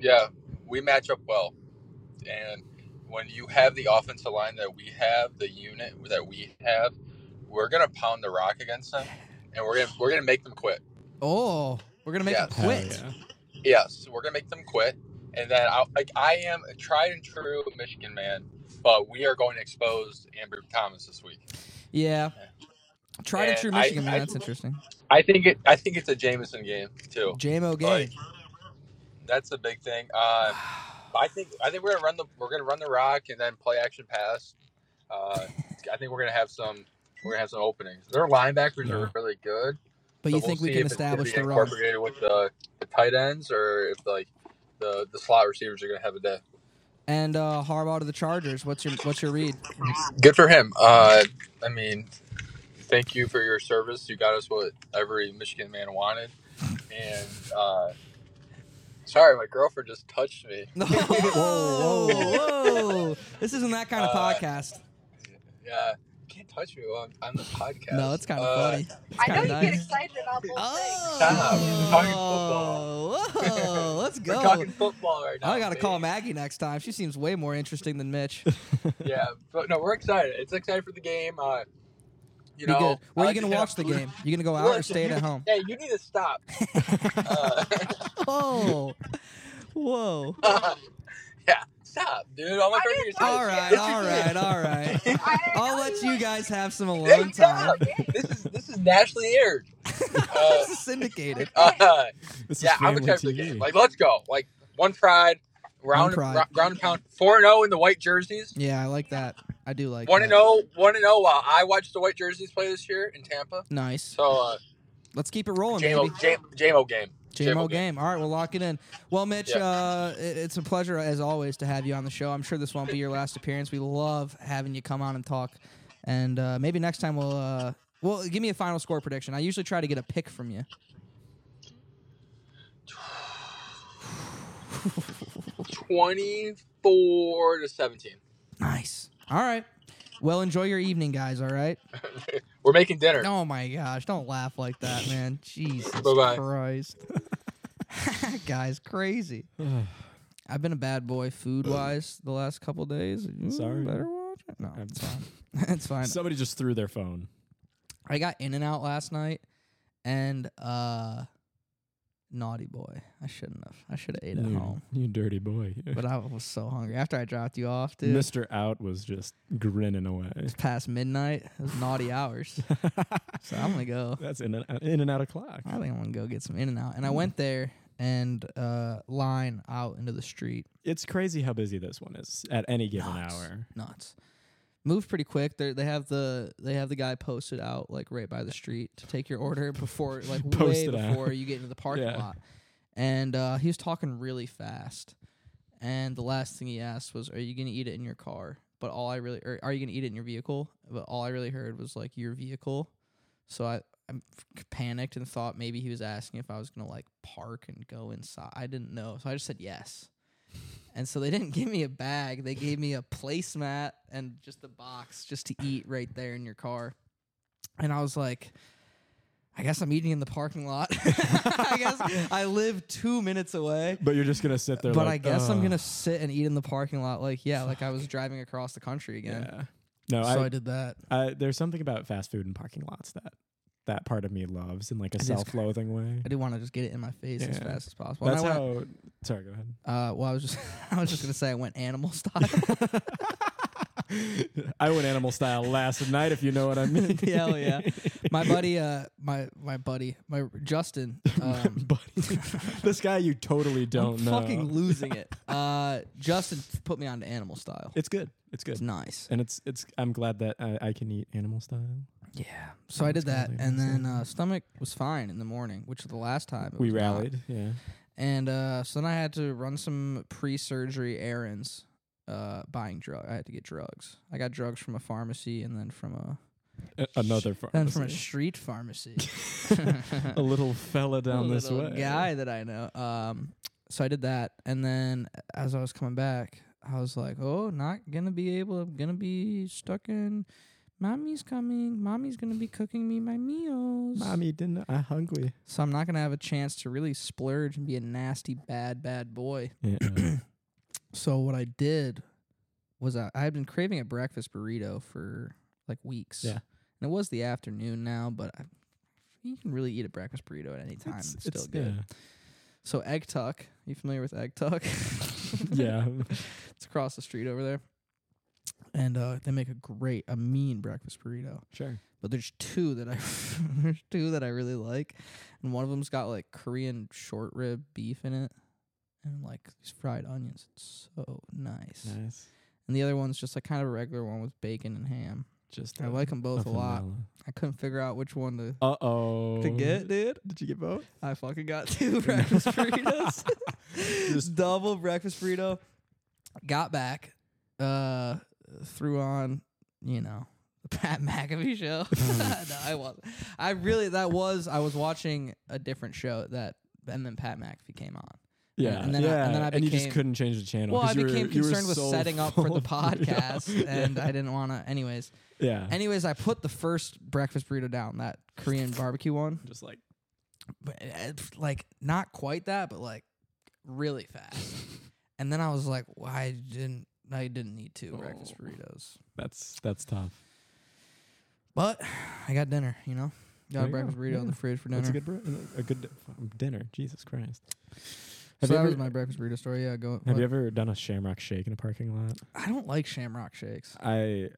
E: Yeah, we match up well. And when you have the offensive line that we have, the unit that we have, we're gonna pound the rock against them, and we're gonna we're gonna make them quit.
A: Oh, we're gonna make
E: Yeah.
A: him quit.
B: Hell
E: Yes, we're gonna make them quit. And then I like I am a tried and true Michigan man, but we are going to expose Andrew Thomas this week.
A: Yeah. Tried and
E: And
A: true
E: I-
A: Michigan man.
E: I-
A: That's interesting.
E: I think it I think it's a Jameson game too.
A: JMO
E: Like,
A: gay.
E: That's a big thing. Uh, I think I think we're gonna run the we're gonna run the rock and then play action pass. Uh, I think we're gonna have some we're gonna have some openings. Their linebackers
B: Yeah.
E: are really good.
A: But
E: so
A: you
E: we'll
A: think we
E: see
A: can
E: if it's gonna
A: establish
E: be
A: the run?
E: incorporated with the, the tight ends or if like the the slot receivers are gonna have a day.
A: And uh, Harbaugh to the Chargers. What's your what's your
E: <laughs>
A: read? <laughs>
E: Good for him. Uh, I mean, thank you for your service. You got us what every Michigan man wanted. And uh, sorry, my girlfriend just touched me.
A: whoa, whoa, whoa! This isn't that kind of
E: Uh,
A: podcast.
E: Yeah, can't touch me while I'm on the podcast.
A: No, it's kind of
E: Uh,
A: funny. It's
F: I know
A: kind
F: you
A: of
F: get
A: nice.
F: excited about both things.
E: talking
A: Oh,
E: football.
A: whoa, let's
E: <laughs> We're
A: go.
E: talking football right now.
A: I gotta
E: baby.
A: call Maggie next time. She seems way more interesting than Mitch.
E: <laughs> Yeah, but no, we're excited. It's excited for the game. Uh, you
A: Be
E: know,
A: good. Where are
E: I
A: you
E: just
A: gonna
E: had a
A: watch the
E: <laughs> food-
A: game? You gonna go out
E: Listen,
A: or stay
E: you-
A: at home?
E: Hey, you need
A: <laughs>
E: to stop. Uh, <laughs>
A: Oh, whoa!
E: yeah, stop, dude. All my
F: I
E: friends are
F: didn't
E: excited.
A: All right,
E: This is
A: all
E: it.
A: right, all right.
E: <laughs>
F: I didn't
A: I'll
F: know
A: let you guys have some
E: Hey,
F: <laughs>
A: alone time. <laughs>
E: stop. This is this is nationally aired. Uh,
A: this is syndicated.
E: uh,
B: yeah. <laughs> This is
E: yeah, I'm
B: family
E: excited for the
B: TV. <sighs>
E: game. Like, let's go. Like, one pride, round
A: pride.
E: ro- ground and pound, four and zero in the white jerseys.
A: Yeah, I like that. I do like
E: One
A: that.
E: and oh. zero, one and zero. While I watched the white jerseys play this year in Tampa,
A: Nice.
E: so uh,
A: Let's keep it rolling,
E: JMO,
A: baby.
E: J- JMO game.
A: JMO
E: JMO
A: game. All right, we'll lock it in. Well, Mitch,
E: Yeah.
A: uh, it- it's a pleasure as always to have you on the show. I'm sure this won't be your last appearance. We love having you come on and talk, and uh, maybe next time we'll. Uh, well, give me a final score prediction. I usually try to get a pick from you.
E: twenty four to seventeen.
A: Nice. All right. Well, enjoy your evening, guys. All right.
E: We're making dinner.
A: <laughs> Oh my gosh! Don't laugh like that, man. Jesus
E: Bye-bye.
A: Christ, <laughs> guys, crazy. I've been a bad boy food wise the last couple days. Mm,
B: Sorry.
A: better watch it. No,
B: I'm-
A: it's fine. it's fine. <laughs>
B: Somebody just threw their phone.
A: I got In and Out last night, and uh, naughty boy. I shouldn't have. I should have ate at
B: you,
A: home,
B: you dirty boy.
A: but I was so hungry after I dropped you off, dude.
B: Mr. Out was just grinning away. <laughs>
A: It's past midnight. It was naughty hours, so I'm gonna go.
B: That's in and, in and out of clock.
A: I think I'm gonna go get some In and Out. And
B: Mm.
A: I went there and uh line out into the street.
B: It's crazy how busy this one is at any given
A: Nuts.
B: hour.
A: Nuts. Moved pretty quick. They they have the they have the guy posted out like right by the street to take your order
B: <laughs>
A: before like way
B: Posted out.
A: before you get into
B: <laughs>
A: the parking
B: Yeah.
A: lot. And uh, he was talking really fast. And the last thing he asked was, "Are you gonna eat it in your car?" But all I really, or are you gonna eat it in your vehicle? But all I really heard was like your vehicle. So I, I panicked and thought maybe he was asking if I was gonna like park and go inside. I didn't know, so I just said yes. And so they didn't give me a bag; they gave me a placemat and just a box just to eat right there in your car. And I was like, I guess I'm eating in the parking lot. <laughs> I guess I live two minutes away
B: But you're just gonna sit there.
A: but
B: like,
A: I guess I'm
B: "Ugh."
A: gonna sit and eat in the parking lot, like yeah, like I was driving across the country again.
B: Yeah. No,
A: so I,
B: I,
A: did that.
B: I, there's something about fast food and parking lots that that part of me loves in like a
A: It is kind of-
B: self-loathing way.
A: I did want to just get it in my face as
B: Yeah.
A: fast as possible. And
B: That's
A: I
B: how.
A: went,
B: sorry, go ahead.
A: uh, well, I was just, <laughs> I was just gonna say I went animal <laughs>
B: <laughs>
A: style.
B: I went animal style last night, if you know what I mean.
A: <laughs> Hell yeah. my
B: <laughs>
A: buddy, uh, my my buddy, my Justin. Um,
B: buddy. <laughs> this guy you totally don't
A: I'm
B: know.
A: fucking losing
B: <laughs>
A: it. Uh, Justin f- put me on to animal style.
B: It's good. It's good.
A: It's nice.
B: and it's it's. I'm glad that I, I can eat animal style.
A: Yeah. So I did
B: That's
A: that,
B: kinda
A: and
B: lazy.
A: then uh, stomach was fine in the morning, which the last time it
B: We
A: was not.
B: rallied. Yeah.
A: And uh, so then I had to run some pre-surgery errands, uh, buying drug. I had to get drugs. I got drugs from a pharmacy, and then from a
B: A- another pharmacy.
A: then
B: <laughs>
A: from a street pharmacy.
B: a little fella
A: <laughs>
B: down
A: A
B: this
A: little
B: way.
A: Guy that I know. Um, so I did that, and then as I was coming back, I was like, "Oh, not gonna be able. I'm gonna be stuck in. Mommy's coming. Mommy's gonna be cooking me my meals.
B: Mommy, didn't I hungry?
A: So I'm not gonna have a chance to really splurge and be a nasty bad bad boy. <clears throat>
B: Yeah.
A: So what I did was I, I had been craving a breakfast burrito for like weeks.
B: Yeah.
A: And it was the afternoon now, but I, you can really eat a breakfast burrito at any time. It's, still good. So Egg Tuck, you familiar with Egg <laughs> Tuck?
B: <laughs> Yeah.
A: it's across the street over there. And uh, they make a great, a mean breakfast burrito.
B: <laughs> sure.
A: But there's two that I <laughs> there's two that I really like, and one of them's got like Korean short rib beef in it, and like these fried onions. It's so nice.
B: Nice.
A: And the other one's just like kind of a regular one with bacon and ham.
B: Just
A: I like 'em both a lot. I couldn't figure out which one to
B: Uh oh.
A: to get, dude.
B: Did you get both?
A: I fucking got <laughs> two
B: <laughs>
A: breakfast burritos.
B: Just-
A: double breakfast burrito. Got back, uh, threw on, you know, the <laughs> Pat McAfee
B: <laughs>
A: show. <laughs> no, I was, I really that was I was watching a different show that, and then Pat McAfee came on.
B: Yeah.
A: and then I-
B: yeah.
A: and then I
B: you just
A: became-
B: couldn't change the channel.
A: Well, I
B: 'cause you were-
A: became
B: you were
A: concerned with
B: so
A: setting
B: <laughs>
A: up for
B: full
A: the
B: of burrito.
A: podcast, and
B: yeah.
A: I didn't want to. Anyways,
B: yeah.
A: anyways, I put the first breakfast burrito down, that Korean barbecue one.
B: just like
A: but uh, like not quite that, but like really
B: <laughs>
A: fast. and then I was like, well, I didn't, I didn't need two breakfast
B: Oh.
A: burritos,
B: that's that's tough.
A: but I got dinner. You know, got
B: There
A: a
B: you go,
A: breakfast burrito in
B: yeah.
A: the fridge for dinner.
B: That's a good bro- uh, a good um, dinner. Jesus Christ.
A: so
B: Have you
A: that
B: ever,
A: was my breakfast burrito story. Yeah, go.
B: Have
A: what?
B: you ever done a Shamrock Shake in a parking lot?
A: I don't like Shamrock shakes.
B: I,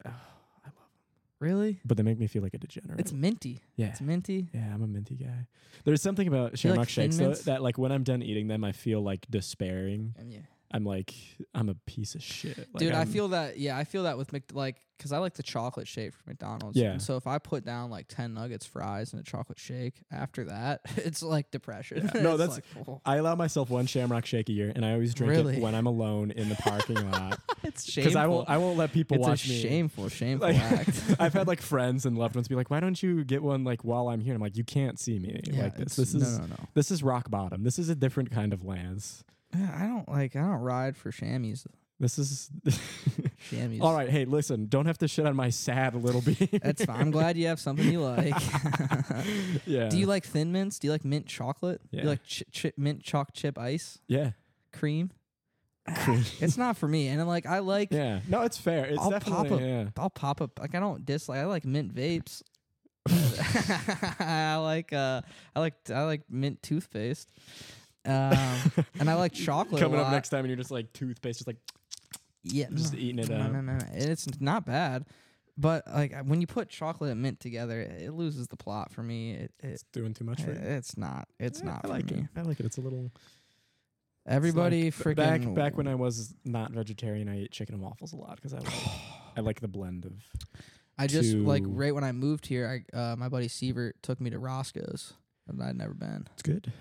A: Really?
B: but they make me feel like a degenerate.
A: It's minty.
B: yeah,
A: It's minty.
B: yeah. I'm a minty guy. There's something about
A: You like
B: Shamrock
A: thin
B: Shakes though,
A: mints?
B: that like when I'm done eating them, I feel like despairing.
A: And yeah.
B: I'm like I'm a piece of shit. Like, um,
A: Dude, i
B: I'm-
A: feel that. Yeah, I feel that with Mc, like because I like the chocolate shake from McDonald's.
B: Yeah.
A: And so if I put down like ten nuggets, fries, and a chocolate shake after that, <laughs> it's like depression. <laughs>
B: Yeah, no,
A: It's
B: that's-
A: like, oh.
B: I allow myself one Shamrock Shake a year, and I always drink
A: Really?
B: it when I'm alone in the
A: <laughs>
B: parking lot
A: It's
B: <laughs> because I won't. I won't let people
A: it's
B: watch
A: a
B: me. <laughs>
A: shameful, shameful
B: Like,
A: act.
B: <laughs>
A: <laughs>
B: I've had like friends and loved ones be like, "Why don't you get one like while I'm here?" I'm like, "You can't see me like this.
A: it's-
B: This is
A: no, no, no.
B: this is rock bottom. This is a different kind of lands.
A: Yeah, I don't like. I don't ride for chamois.
B: This is
A: Chamois.
B: <laughs> all right. Hey, listen, don't have to shit on my sad little <laughs> bee.
A: That's fine. I'm glad you have something you
B: <laughs>
A: like. <laughs>
B: yeah.
A: Do you like thin mints? Do you like mint chocolate? Do
B: Yeah.
A: you like ch- chi- mint chalk chip ice
B: yeah.
A: cream?
B: <laughs>
A: <sighs> it's not for me. And I'm like, I like.
B: Yeah. No, it's fair. It's
A: I'll
B: definitely
A: pop a-
B: yeah.
A: I'll pop up. Like I don't dislike. I like mint vapes.
B: <laughs>
A: <laughs> I like. Uh, I like. I like mint toothpaste. Um, and I like chocolate. a
B: Coming up
A: lot.
B: next time, and you're just like toothpaste, just like
A: Yeah,
B: just eating it
A: No,
B: up.
A: no, no, no. And It's not bad, but like when you put chocolate and mint together, it it loses the plot for me. It, it
B: it's doing too much for you.
A: it's not. Eh, It's
B: Yeah,
A: not
B: I
A: for
B: like
A: me.
B: it. I like it. It's a little. it's
A: Everybody
B: like- b-
A: freaking
B: back back when I was not vegetarian, I ate chicken and waffles a lot because I like I like the blend of.
A: I just like
B: to-
A: right when I moved here, I uh, my buddy Sievert took me to Roscoe's, and I'd never been.
B: It's good.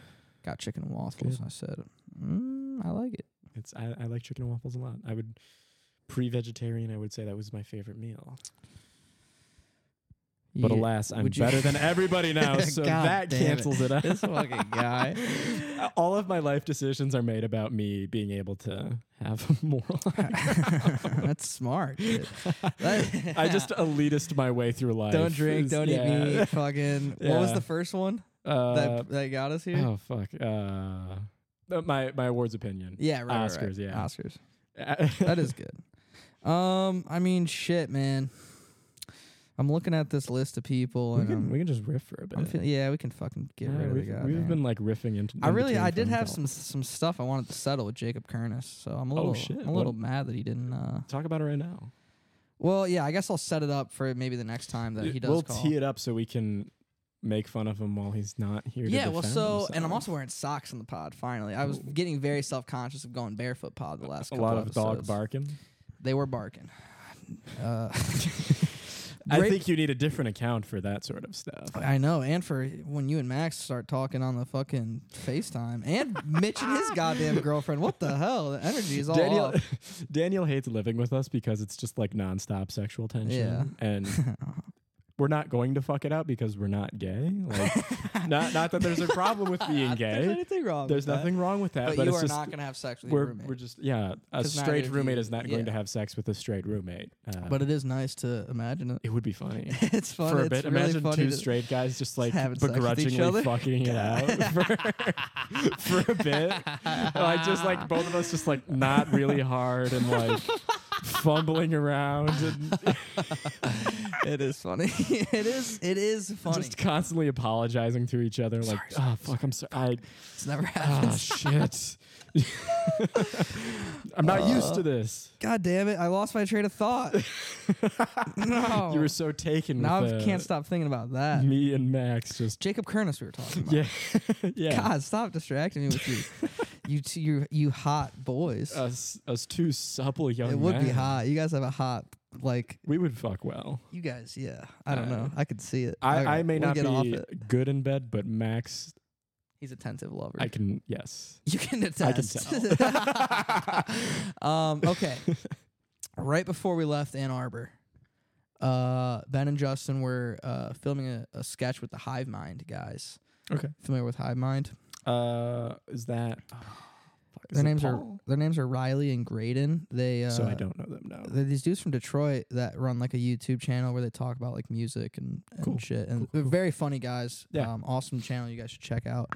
A: Got chicken and waffles.
B: Good.
A: And I said, mm, I like it.
B: It's I, I like chicken and waffles a lot. I would pre-vegetarian. I would say that was my favorite meal. But
A: Yeah.
B: alas, I'm
A: Would you- <laughs>
B: better than everybody now, so
A: God
B: that
A: damn it.
B: cancels it, out.
A: This fucking
B: <laughs>
A: guy. <laughs>
B: All of my life decisions are made about me being able to have <laughs>
A: <laughs>
B: a moral.
A: That's smart. dude. That-
B: I just elitist my way through life.
A: don't drink,
B: It's-
A: don't eat
B: yeah. <laughs>
A: meat. Fucking. What was
B: Yeah.
A: the first one
B: Uh,
A: that that got us here?
B: oh fuck. Uh, uh, my my awards opinion.
A: Yeah, right, right. right.
B: Oscars, yeah.
A: Oscars.
B: <laughs>
A: That is good. Um, I mean, shit, man. I'm looking at this list of people,
B: we
A: and
B: can
A: I'm-
B: we can just riff for a bit.
A: I'm feel- yeah, we can fucking get
B: Yeah,
A: rid of the
B: we've,
A: guy.
B: we've been like riffing into.
A: I
B: in
A: really,
B: between
A: I did
B: phone
A: have
B: calls.
A: some some stuff I wanted to settle with Jacob Kernis, so I'm a
B: Oh,
A: little,
B: shit.
A: I'm a
B: What-
A: little mad that he didn't. Uh,
B: Talk about it right now.
A: well, yeah, I guess I'll set it up for maybe the next time that
B: Yeah,
A: he does
B: We'll
A: call.
B: tee it up so we can make fun of him while he's not here. to
A: yeah, well,
B: defend
A: so and I'm
B: himself.
A: also wearing socks in the pod. Finally, I was getting very self conscious of going barefoot pod the last
B: a
A: couple
B: lot of dog
A: episodes.
B: barking.
A: They were barking. Uh,
B: I
A: Great-
B: think you need a different account for that sort of stuff.
A: <laughs> I know, and for when you and Max start talking on the fucking FaceTime, and Mitch and his
B: <laughs>
A: goddamn girlfriend, what the hell? The energy is all
B: Daniel,
A: off.
B: <laughs> Daniel hates living with us because it's just like nonstop sexual tension,
A: <laughs>
B: and we're not going to fuck it out because we're not gay.
A: <laughs>
B: Like, not not that there's a problem with being
A: Not that There's
B: gay.
A: anything wrong.
B: There's
A: with that.
B: nothing wrong with that,
A: But,
B: but,
A: you
B: it's
A: are
B: just
A: not gonna have sex with your
B: we're
A: roommate.
B: we're just yeah. A
A: 'Cause neither
B: straight
A: of
B: roommate
A: you-
B: is not going to
A: yeah.
B: have sex with a straight roommate. Uh,
A: but it is nice to imagine it. <laughs>
B: it would be funny.
A: It's fun.
B: for a
A: it's
B: bit.
A: really
B: Imagine
A: funny
B: two
A: to- <laughs>
B: straight guys just like
A: having sex with each
B: begrudgingly
A: other. <laughs>
B: fucking it out <laughs> for, for a bit. Like Oh, just like both of us just like not really hard and like fumbling around and
A: <laughs> it is funny. <laughs> it is. It is <laughs> funny.
B: <laughs> just constantly apologizing to each other. Like, oh fuck, I'm sorry. I,
A: it's never <laughs>
B: oh
A: happened.
B: shit, I'm not used to this.
A: God damn it! I lost my train of
B: <laughs>
A: thought. no.
B: You were so taken.
A: Oh. now
B: with uh,
A: I
B: the-
A: can't stop thinking about that.
B: Me and
A: <laughs>
B: Max just
A: Jacob Kernis, we were talking about.
B: yeah, yeah. <laughs>
A: God, stop distracting me with you. you two, you you hot boys.
B: Us, us two supple young.
A: it would be
B: men.
A: hot. You guys have a hot like
B: We would fuck well.
A: you guys. Yeah, I don't
B: Uh,
A: know. I could see it.
B: I,
A: Okay,
B: I may
A: we'll
B: not
A: get off
B: be
A: it.
B: good in bed, but Max,
A: He's a tentative lover.
B: I can. Yes,
A: you can
B: I can
A: attest. <laughs>
B: <laughs>
A: um, okay. Right before we left Ann Arbor, uh, Ben and Justin were uh, filming a, a sketch with the Hive Mind guys.
B: Okay.
A: Familiar with Hive Mind?
B: <laughs> Uh, is that? oh, fuck, is
A: Their
B: it
A: names
B: Paul?
A: are their names are Riley and Graydon. They uh,
B: so I don't know them now.
A: They're these dudes from Detroit that run like a YouTube channel where they talk about like music and, and
B: Cool.
A: shit. And they're very funny guys.
B: Yeah.
A: Um, awesome channel you guys should check out.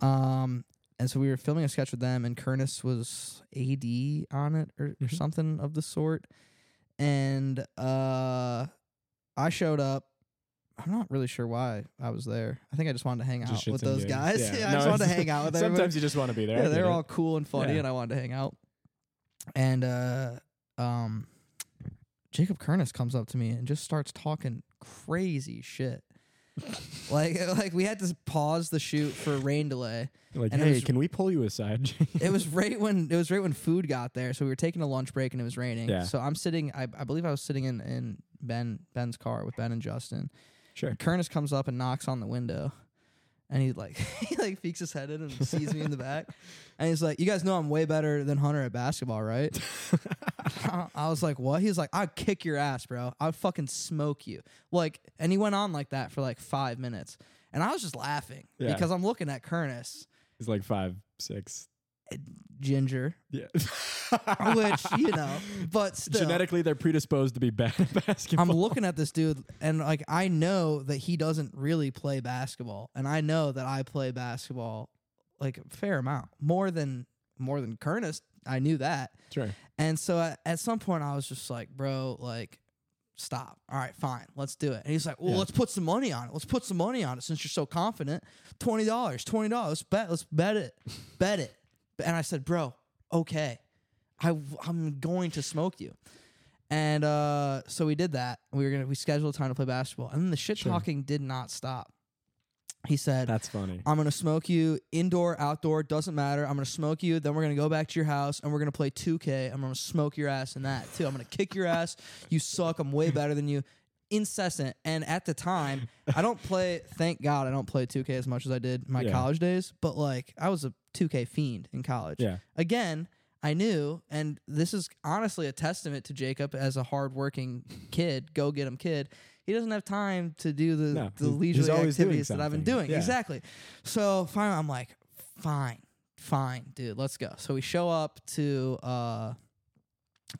A: Um, and so we were filming a sketch with them, and Curtis was AD on it or, or
B: Mhm.
A: something of the sort. And uh, I showed up. I'm not really sure why I was there. I think I just wanted to hang out
B: Just shits
A: with
B: and
A: those
B: gigs.
A: guys. <laughs> Yeah, I just
B: No,
A: wanted to hang
B: <laughs>
A: out with everybody.
B: Sometimes you just want to be there.
A: Yeah,
B: I
A: they're
B: get it.
A: all cool and funny,
B: Yeah.
A: and I wanted to hang out. And uh, um, Jacob Kernis comes up to me and just starts talking crazy
B: <laughs>
A: shit. like, <laughs> like we had to pause the shoot for rain delay.
B: like,
A: and it
B: hey,
A: was-
B: can we pull you aside? <laughs>
A: It was right when it was right when food got there, so we were taking a lunch break and it was raining.
B: Yeah.
A: So I'm sitting. I, I believe I was sitting in in Ben Ben's car with Ben and Justin.
B: sure.
A: Kernis comes up and knocks on the window, and he like <laughs> he like peeks his head in and sees me in the
B: <laughs>
A: back, and he's like, "You guys know I'm way better than Hunter at basketball, right?" <laughs> I was like, "What?" He's like, "I'd kick your ass, bro. I'd fucking smoke you." Like, and he went on like that for like five minutes, and I was just laughing
B: Yeah.
A: because I'm looking at Kernis
B: He's like five, six.
A: Ginger,
B: Yeah.
A: <laughs> which you
B: <laughs>
A: know, but still.
B: Genetically, they're predisposed to be bad at <laughs> basketball.
A: I'm looking at this dude, and like I know that he doesn't really play basketball, and I know that I play basketball like a fair amount, more than more than Kernis. I knew that,
B: sure.
A: and so at, at some point I was just like, bro, like stop. All right, fine, let's do it. And he's like, well,
B: Yeah.
A: let's put some money on it. Let's put some money on it since you're so confident. Twenty dollars, twenty dollars. Let's bet. Let's bet
B: <laughs>
A: it. bet it. And I said, bro, okay, I I'm going to smoke you. And uh, so we did that. We were gonna we scheduled a time to play basketball, and then the shit
B: Sure.
A: talking did not stop. He said,
B: That's funny.
A: I'm gonna smoke you indoor, outdoor, doesn't matter. I'm gonna smoke you. Then we're gonna go back to your house and we're gonna play 2K. I'm gonna smoke your ass in that too. I'm gonna kick your ass. You suck. I'm way better than you. Incessant. And at the time, I don't play. Thank God, I don't play 2K as much as I did my
B: Yeah.
A: college days. But like, I was a 2K fiend in college.
B: Yeah.
A: Again. I knew, and this is honestly a testament to Jacob as a hardworking kid, go get him kid. He doesn't have time to do the,
B: No,
A: the
B: he's- he's
A: leisurely
B: always doing
A: activities that I've been
B: something.
A: doing.
B: Yeah.
A: Exactly. So finally, I'm like, fine, fine, dude, let's go. So we show up to uh,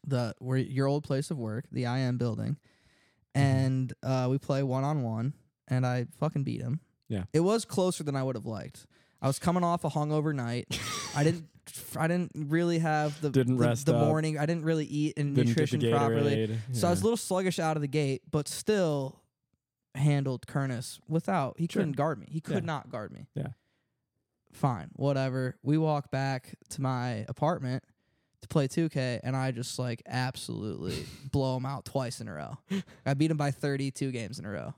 A: the where your old place of work, the IM building,
B: Mm-hmm.
A: and uh, we play one on one, and I fucking beat him.
B: Yeah.
A: it was closer than I would have liked. I was coming off a hungover night. I didn't. <laughs> I didn't really have the
B: Didn't
A: the,
B: rest
A: the
B: up.
A: morning. I didn't really eat and
B: Didn't get the
A: nutrition properly.
B: Gatorade.
A: So I was a
B: Yeah.
A: little sluggish out of the gate, but still handled Kernis without he
B: Sure.
A: couldn't guard me. He could
B: Yeah.
A: not guard me.
B: Yeah.
A: Fine, whatever. We walk back to my apartment to play 2K and I just like
B: <laughs>
A: absolutely blow him out twice in a row. I beat him by 32 games in a row.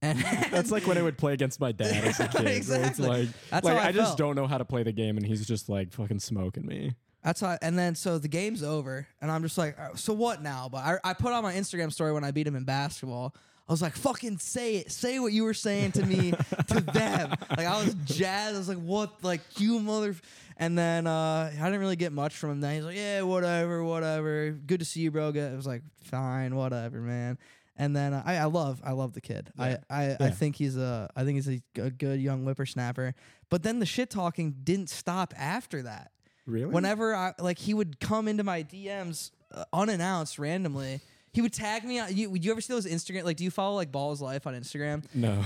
A: And
B: That's like when I would play against my
A: <laughs>
B: dad as a kid. where It's
A: Exactly.
B: like,
A: <laughs> That's
B: like
A: how I
B: I, just
A: felt.
B: don't know how to play the game, and he's just like fucking smoking me.
A: That's how, and then so the game's over, and I'm just like, "Uh, so what now? But I, I put on my Instagram story when I beat him in basketball. I was like, fucking say it, say what you were saying to me
B: <laughs>
A: to them. Like I was jazzed. I was like, what, like you mother. And then uh, I didn't really get much from him. Then he's like, yeah, whatever, whatever. Good to see you, bro. Good. I was like, fine, whatever, man. And then uh, I, I love, I love the kid. I, I, I
B: Yeah.
A: think he's a, I think he's a, g- a good young whippersnapper. But then the shit talking didn't stop after that
B: Really?
A: whenever I like he would come into my DMs uh, unannounced randomly. He would tag me on. You, would you ever see those Instagram? Like, do you follow like Ball's Life on Instagram?
B: no.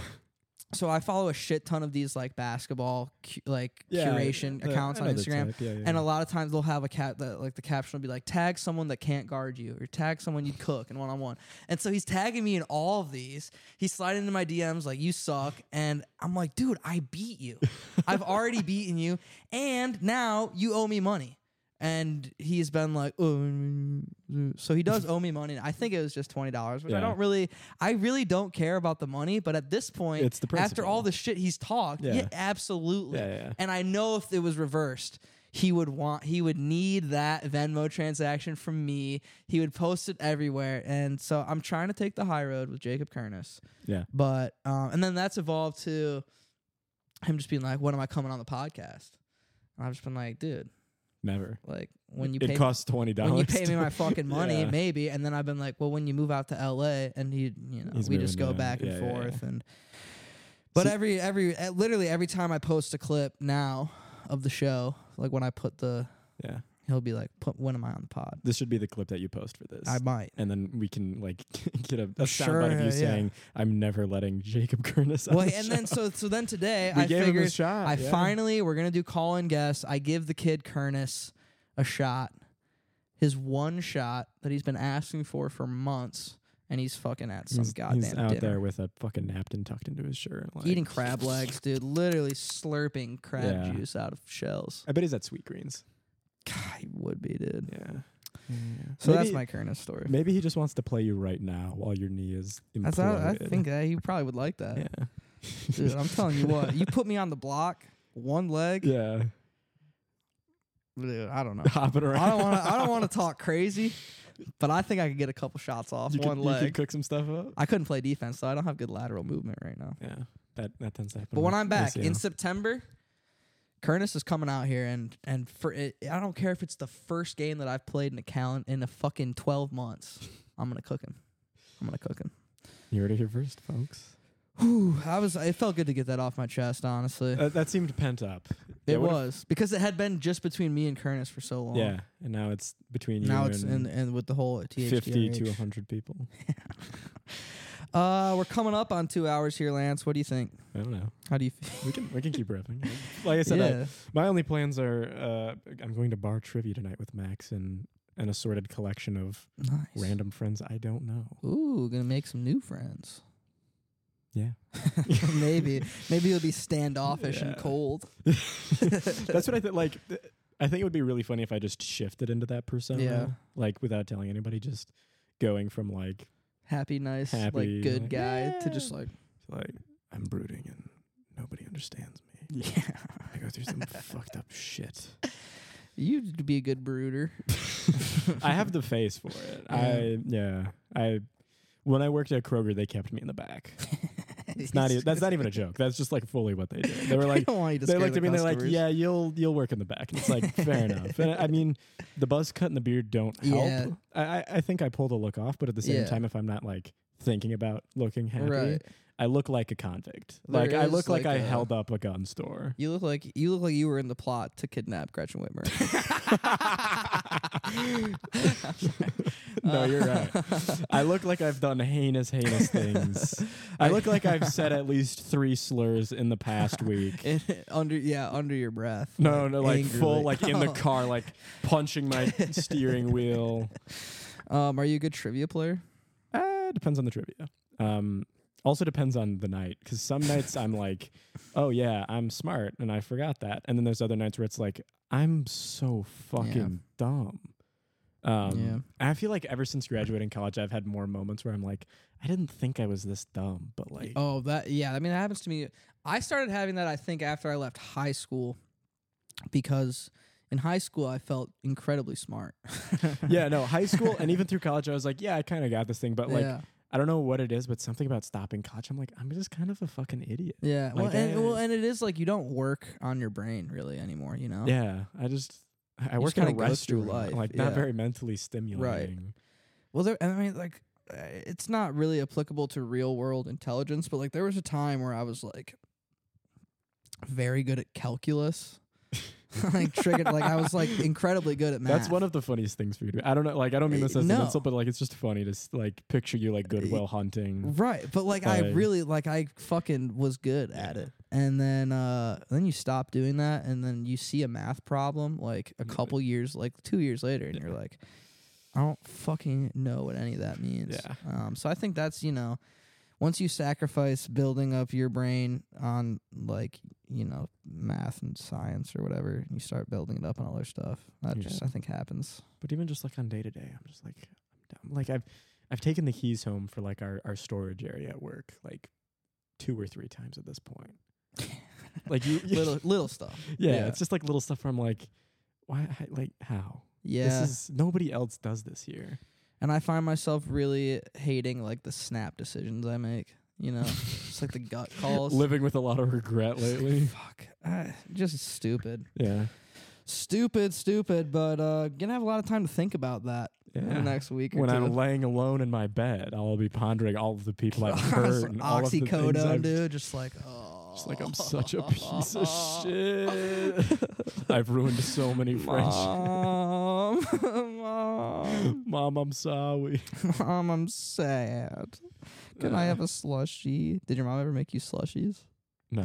A: So I follow a shit ton of these like basketball cu- like curation
B: the-
A: accounts
B: I
A: on
B: know the
A: Instagram.
B: type. Yeah, yeah,
A: And a
B: yeah.
A: lot of times they'll have a cat that like the caption will be like tag someone that can't guard you or tag someone you cook and one on one. And so he's tagging me in all of these. He's sliding into my DMs like you suck and I'm like, dude, I beat you. I've
B: <laughs>
A: already beaten you and now you owe me money. And he's been like, oh, so he does owe me money. I think it was just twenty dollars, which I
B: Yeah.
A: don't really, I really don't care about the money. But at this point,
B: It's the
A: after all
B: principle.
A: the shit he's talked, yeah,
B: Yeah.
A: absolutely.
B: Yeah, yeah, yeah.
A: And I know if it was reversed, he would want he would need that Venmo transaction from me. He would post it everywhere. And so I'm trying to take the high road with Jacob Kernis.
B: Yeah.
A: But um, and then that's evolved to him just being like, When am I coming on the podcast? And I've just been like, dude,
B: Never.
A: like when you
B: it
A: pay
B: costs twenty dollars.
A: when you pay me my
B: <laughs>
A: fucking money,
B: Yeah.
A: maybe. And then I've been like, well, when you move out to LA, and he, you know,
B: He's
A: we just go
B: moving down.
A: back and
B: Yeah, yeah, yeah.
A: forth, and. But
B: See-
A: every every eh, literally every time I post a clip now of the show, like when I put the,
B: yeah.
A: he'll be like, put, when am I on the pod?
B: This should be the clip that you post for this.
A: I might.
B: <laughs> and then we can like <laughs> get a, a
A: Sure,
B: soundbite of you
A: yeah.
B: saying, "I'm never letting Jacob <laughs> Kernis." on
A: Well,
B: the
A: and then
B: show."
A: so so then today
B: <laughs> we
A: I
B: gave him a
A: figured
B: shot.
A: I
B: yeah.
A: finally we're gonna do call and guess. I give the kid Kernis a shot, his one shot that he's been asking for for months, and he's fucking at some
B: he's,
A: goddamn
B: he's out
A: dinner.
B: there with a fucking napkin tucked into his shirt, like-
A: eating
B: <laughs>
A: crab legs, dude. Literally slurping crab
B: Yeah.
A: juice out of shells.
B: I bet he's at Sweet Greens.
A: God, he would be, dude.
B: Yeah.
A: So that's
B: Maybe-
A: my current story.
B: Maybe he just wants to play you right now while your knee is
A: That's
B: imploded.
A: I, I think that he probably would like that,
B: Yeah.
A: dude. I'm telling you what, you put me on the block, one leg,
B: <laughs> yeah.
A: dude. I
B: <laughs>
A: don't know.
B: Hopping around.
A: I don't want to. I don't
B: <laughs>
A: want to talk crazy, but I think I could get a couple shots off
B: you
A: one
B: could, You
A: leg.
B: could cook some stuff up.
A: I couldn't play defense, so I don't have good lateral movement right now.
B: Yeah. That that tends to happen.
A: But when
B: with
A: I'm back in
B: ACL.
A: September, Kernis is coming out here, and and for it, I don't care if it's the first game that I've played in a calendar in a fucking twelve months. I'm gonna cook him. I'm gonna cook him.
B: you heard it here first, folks.
A: Whew, I was. It felt good to get that off my chest. Honestly,
B: Uh, <laughs> that seemed pent up.
A: it
B: yeah, what if-
A: was because it had been just between me and Kernis for so long.
B: Yeah, and now it's between you
A: Now
B: and
A: it's in and with the whole THDRH.
B: 50 to 100 people.
A: Uh, we're coming up on two hours here, Lance. What do you think?
B: I don't know.
A: How do you feel? <laughs>
B: We can we can keep riffing. Like I said, I-
A: Yeah.
B: my only plans are uh, I'm going to bar trivia tonight with Max and an assorted collection of
A: Nice.
B: random friends I don't know. <laughs>
A: Ooh, gonna make some new friends.
B: Yeah,
A: <laughs> maybe, maybe you'll be standoffish and
B: Yeah.
A: cold.
B: that's what I think. Like, th- I think it would be really funny if I just shifted into that persona,
A: Yeah.
B: like without telling anybody, just going from like
A: happy, nice,
B: Happy,
A: like good
B: like,
A: guy to just like <laughs>
B: like I'm brooding and nobody understands me.
A: yeah,
B: I go <laughs> through some fucked up shit.
A: you'd be a good brooder.
B: I
A: <laughs>
B: have the face for it.
A: Yeah.
B: I <laughs> yeah. I when I worked at Kroger, they kept me in the back. It's not even, that's not even a joke. That's just like fully what they did. They were
A: <laughs>
B: like
A: I don't want you to
B: they
A: scare
B: looked
A: the
B: at me and they're like,
A: customers.
B: "Yeah, you'll you'll work in the back." And it's
A: <laughs>
B: like, fair enough. And I mean, the buzz cut and the beard don't help.
A: Yeah.
B: I I- I think I pull the look off, but at the same
A: Yeah.
B: time, if I'm not like thinking about looking happy,
A: right.
B: I look like a convict.
A: There
B: like I
A: is,
B: look like,
A: like,
B: I
A: a-
B: held up a
A: <laughs>
B: gun store. <laughs>
A: You look like you look like you were in the plot to kidnap Gretchen Whitmer.
B: <laughs> no, you're right. I look like I've done heinous, heinous
A: <laughs>
B: things. I look like I've said at least three slurs in the past
A: <laughs>
B: week.
A: In, under yeah, under your breath.
B: No, no, like full,
A: angrily. <laughs>
B: like <laughs> oh. in the car, like punching <laughs> my steering wheel.
A: Um, are you a good trivia player?
B: Uh, depends on the trivia. Um, also depends on the night because some nights I'm like, oh yeah, I'm smart and I forgot that, and then there's other nights where it's like I'm so fucking dumb. Um,
A: Yeah.
B: and I feel like ever since graduating college, I've had more moments where I'm like, I didn't think I was this dumb, but like,
A: Oh, that yeah. I mean, that happens to me. I started having that. I think after I left high school, because in high school, I felt incredibly smart.
B: <laughs>
A: <laughs>
B: yeah, no, high school and even through college, I was like, yeah, I kind of got this thing, but like,
A: yeah,
B: I don't know what it is, but something about stopping college, I'm like, I'm just kind of a fucking idiot.
A: yeah. Well,
B: like,
A: and,
B: I-
A: well, and it is like you don't work on your brain really anymore. You know.
B: Yeah, I just, I work in
A: kinda
B: a
A: goes through
B: restroom,
A: life,
B: like
A: yeah.
B: not very mentally stimulating.
A: Well, there. I mean, like, uh, it's not really applicable to real world intelligence, but like, there was a time where I was like very good at calculus, <laughs> like triggered. Like, I was like incredibly good at math.
B: That's one of the funniest things for you to do. I don't know, like, I don't mean
A: Uh,
B: this as
A: no. Eh,
B: an insult, but like, it's just funny to s- like picture you like Goodwill hunting.
A: Right, but like I
B: Mm. Like-
A: really like I fucking was good at it. And then uh then you stop doing that and then you see a math problem like
B: Mm-hmm.
A: a couple years like 2 years later and you're like I don't fucking know what any of that means.
B: Yeah.
A: Um so I think that's, you know, once you sacrifice building up your brain on like, you know, math and science or whatever, and you start building it up on other stuff. That
B: Yeah.
A: just I think
B: <laughs>
A: happens.
B: But even just like on day to day, I'm just like, I'm dumb. Like, I've, I've taken the keys home for like our, our storage area at work, like two or three times at this <laughs> point. Like you, you
A: little little stuff.
B: <laughs> yeah,
A: Yeah.
B: it's just like little stuff where I'm like, why, h- like, how?
A: Yeah.
B: This is nobody else does this here.
A: And I find myself really hating like the snap decisions I make. You know, just
B: <laughs>
A: like the gut calls.
B: Living with a lot
A: <laughs>
B: of regret lately.
A: Fuck, I, just stupid,
B: yeah,
A: stupid, stupid. But uh, gonna have a lot of time to think about that in
B: Yeah.
A: the next week or
B: when
A: two.
B: I'm laying alone in my bed, I'll be pondering all of the
A: <laughs>
B: people I've hurt and all of the things
A: oxycodone,
B: I've-
A: dude. Just like oh,
B: <laughs> Just like I'm such a
A: <laughs>
B: piece of shit. I've ruined so many friendships.
A: Mom,
B: <laughs>
A: mom, <laughs>
B: Mom, I'm sorry.
A: mom, I'm sad. Can
B: Uh.
A: I have a slushie? Did your mom ever make you slushies?
B: No.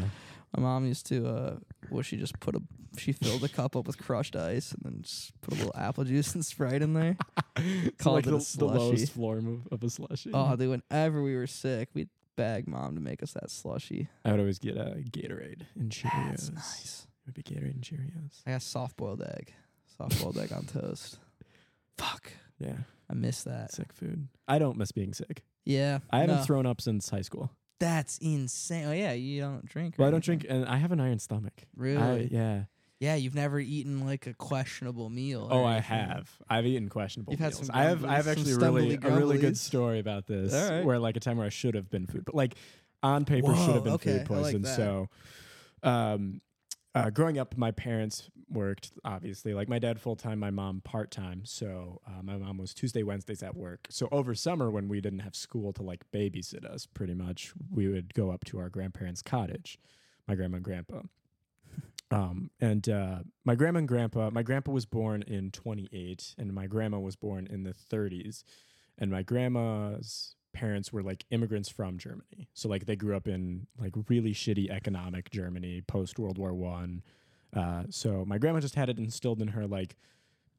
A: My mom used to, uh, well, she just put a, she filled a cup up with crushed ice and then just put a little apple juice and Sprite in
B: <laughs>
A: there.
B: It's
A: Called
B: like
A: it a
B: the, the
A: slushie.
B: lowest form of, of a slushie.
A: Oh, dude, whenever we were sick, we'd beg mom to make us that slushy.
B: I would always get a Gatorade and Cheerios.
A: That's nice.
B: It would be Gatorade and Cheerios.
A: I got soft boiled egg, soft boiled egg on toast. Fuck,
B: Yeah,
A: I miss that.
B: sick food. I don't miss being sick.
A: Yeah,
B: I haven't
A: no,
B: thrown up since high school.
A: That's insane. Oh yeah, you don't drink. or
B: Well, I don't
A: anything.
B: drink, and I have an iron stomach.
A: Really?
B: I, yeah.
A: Yeah, you've never eaten like a questionable meal. or
B: Oh, I
A: anything.
B: have. I've eaten questionable.
A: You've had
B: meals.
A: some
B: I have. I have
A: grumblies,
B: actually
A: some
B: really
A: stumbly
B: a really
A: grumblies.
B: good story about this,
A: All right.
B: where like a time where I should have been food, but like on paper
A: Whoa,
B: should have been
A: okay,
B: food
A: I like
B: poisoned.
A: that.
B: so, um, uh, growing up, my parents worked obviously. Like my dad full time, my mom part time. So uh, my mom was Tuesday, Wednesdays at work. So over summer when we didn't have school to like babysit us, pretty much we would go up to our grandparents' cottage, my grandma
A: <laughs>
B: and grandpa. Um, and uh, my grandma and grandpa, my grandpa was born in 28, and my grandma was born in the 30s. And my grandma's parents were like immigrants from Germany, so like they grew up in like really shitty economic Germany post World War One. Uh, so my grandma just had it instilled in her like,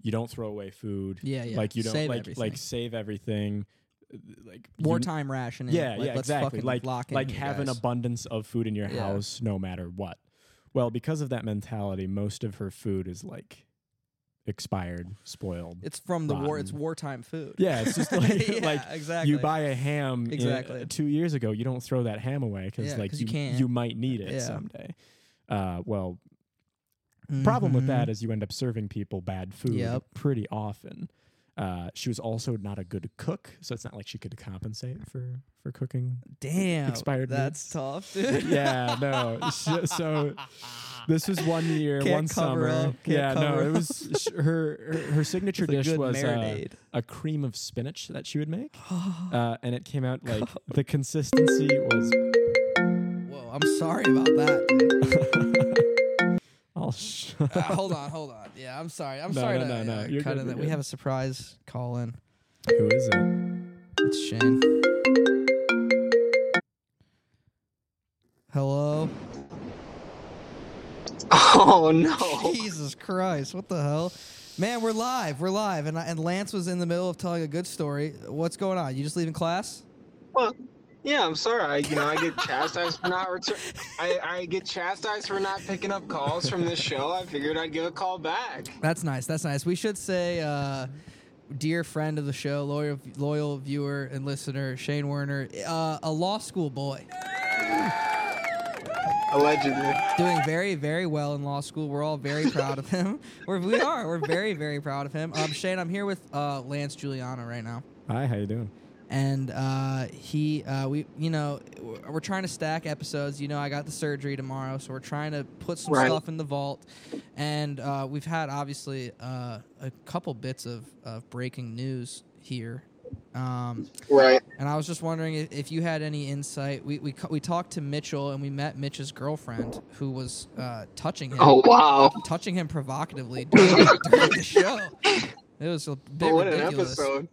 B: you don't throw away food,
A: Yeah, yeah.
B: like you don't
A: Save
B: like
A: everything.
B: like save everything, Uh, like you-
A: wartime rationing.
B: yeah,
A: like,
B: yeah,
A: let's
B: exactly.
A: Fucking
B: Like
A: lock in
B: like
A: here,
B: have an
A: guys.
B: abundance of food in your
A: Yeah.
B: house no matter what. Well, because of that mentality, most of her food is like expired, spoiled.
A: It's from the war. It's
B: rotten.
A: wartime food.
B: yeah,
A: <laughs>
B: it's just like
A: Yeah,
B: <laughs> like
A: exactly.
B: you buy a ham in-
A: Exactly.
B: two years ago, you don't throw that ham away because
A: Yeah,
B: like
A: 'cause you can't.
B: you might need it
A: Yeah.
B: someday. Uh, well, problem with that is you end up serving people bad food
A: Mm-hmm. Yep.
B: pretty often. Uh, she was also not a good cook, so it's not like she could compensate for for cooking
A: Mm-hmm. damn,
B: expired
A: That's
B: meats.
A: tough, <laughs> dude.
B: yeah, no. Sh- So this was one year,
A: Can't
B: one
A: cover
B: summer.
A: up, can't
B: yeah, no,
A: cover
B: it was sh- her her, her signature
A: With a
B: dish
A: good
B: was uh,
A: marinade. <sighs>
B: a cream of spinach that she
A: <gasps>
B: would make, uh, and it came out like the consistency was.
A: Whoa, I'm sorry about that. dude.
B: Oh, sh-
A: Uh, hold on, hold on. Yeah, I'm sorry. I'm
B: <laughs> No,
A: sorry
B: no,
A: to
B: no, no.
A: uh,
B: You're
A: cut
B: good,
A: in
B: you're
A: that. We
B: good.
A: have a surprise call in.
B: who is it?
A: It's Shane. Hello.
C: Oh no.
A: Jesus Christ! What the hell, man? We're live. We're live, and I, and Lance was in the middle of telling a good story. What's going on? You just leaving class?
D: Well, yeah, I'm sorry. I, you know, I get chastised for not return.
A: <laughs>
D: I, I get chastised for not picking up calls from this show. I figured I'd give a call back.
A: That's nice. That's nice. We should say, uh, dear friend of the show, loyal, loyal viewer and listener, Shane Werner, uh, a law school boy.
D: Allegedly.
A: doing very, very well in law school. We're all very proud of him. <laughs> We're, we are. We're very, very proud of him. Um, Shane, I'm here with uh, Lance Giuliano right now,
B: Hi, how you doing?
A: and uh, he, uh, we, you know, we're- we're trying to stack episodes. You know, I got the surgery tomorrow, so we're trying to put some
D: Right.
A: stuff in the vault. And uh, we've had obviously uh, a couple bits of, of breaking news here. Um,
D: Right.
A: and I was just wondering if, if you had any insight. We, we cu- we talked to Mitchell and we met Mitch's girlfriend who was uh, touching him,
D: Oh wow.
A: touching him provocatively during, <laughs> during the show. It was a bit
D: Oh, what an
A: ridiculous.
D: episode.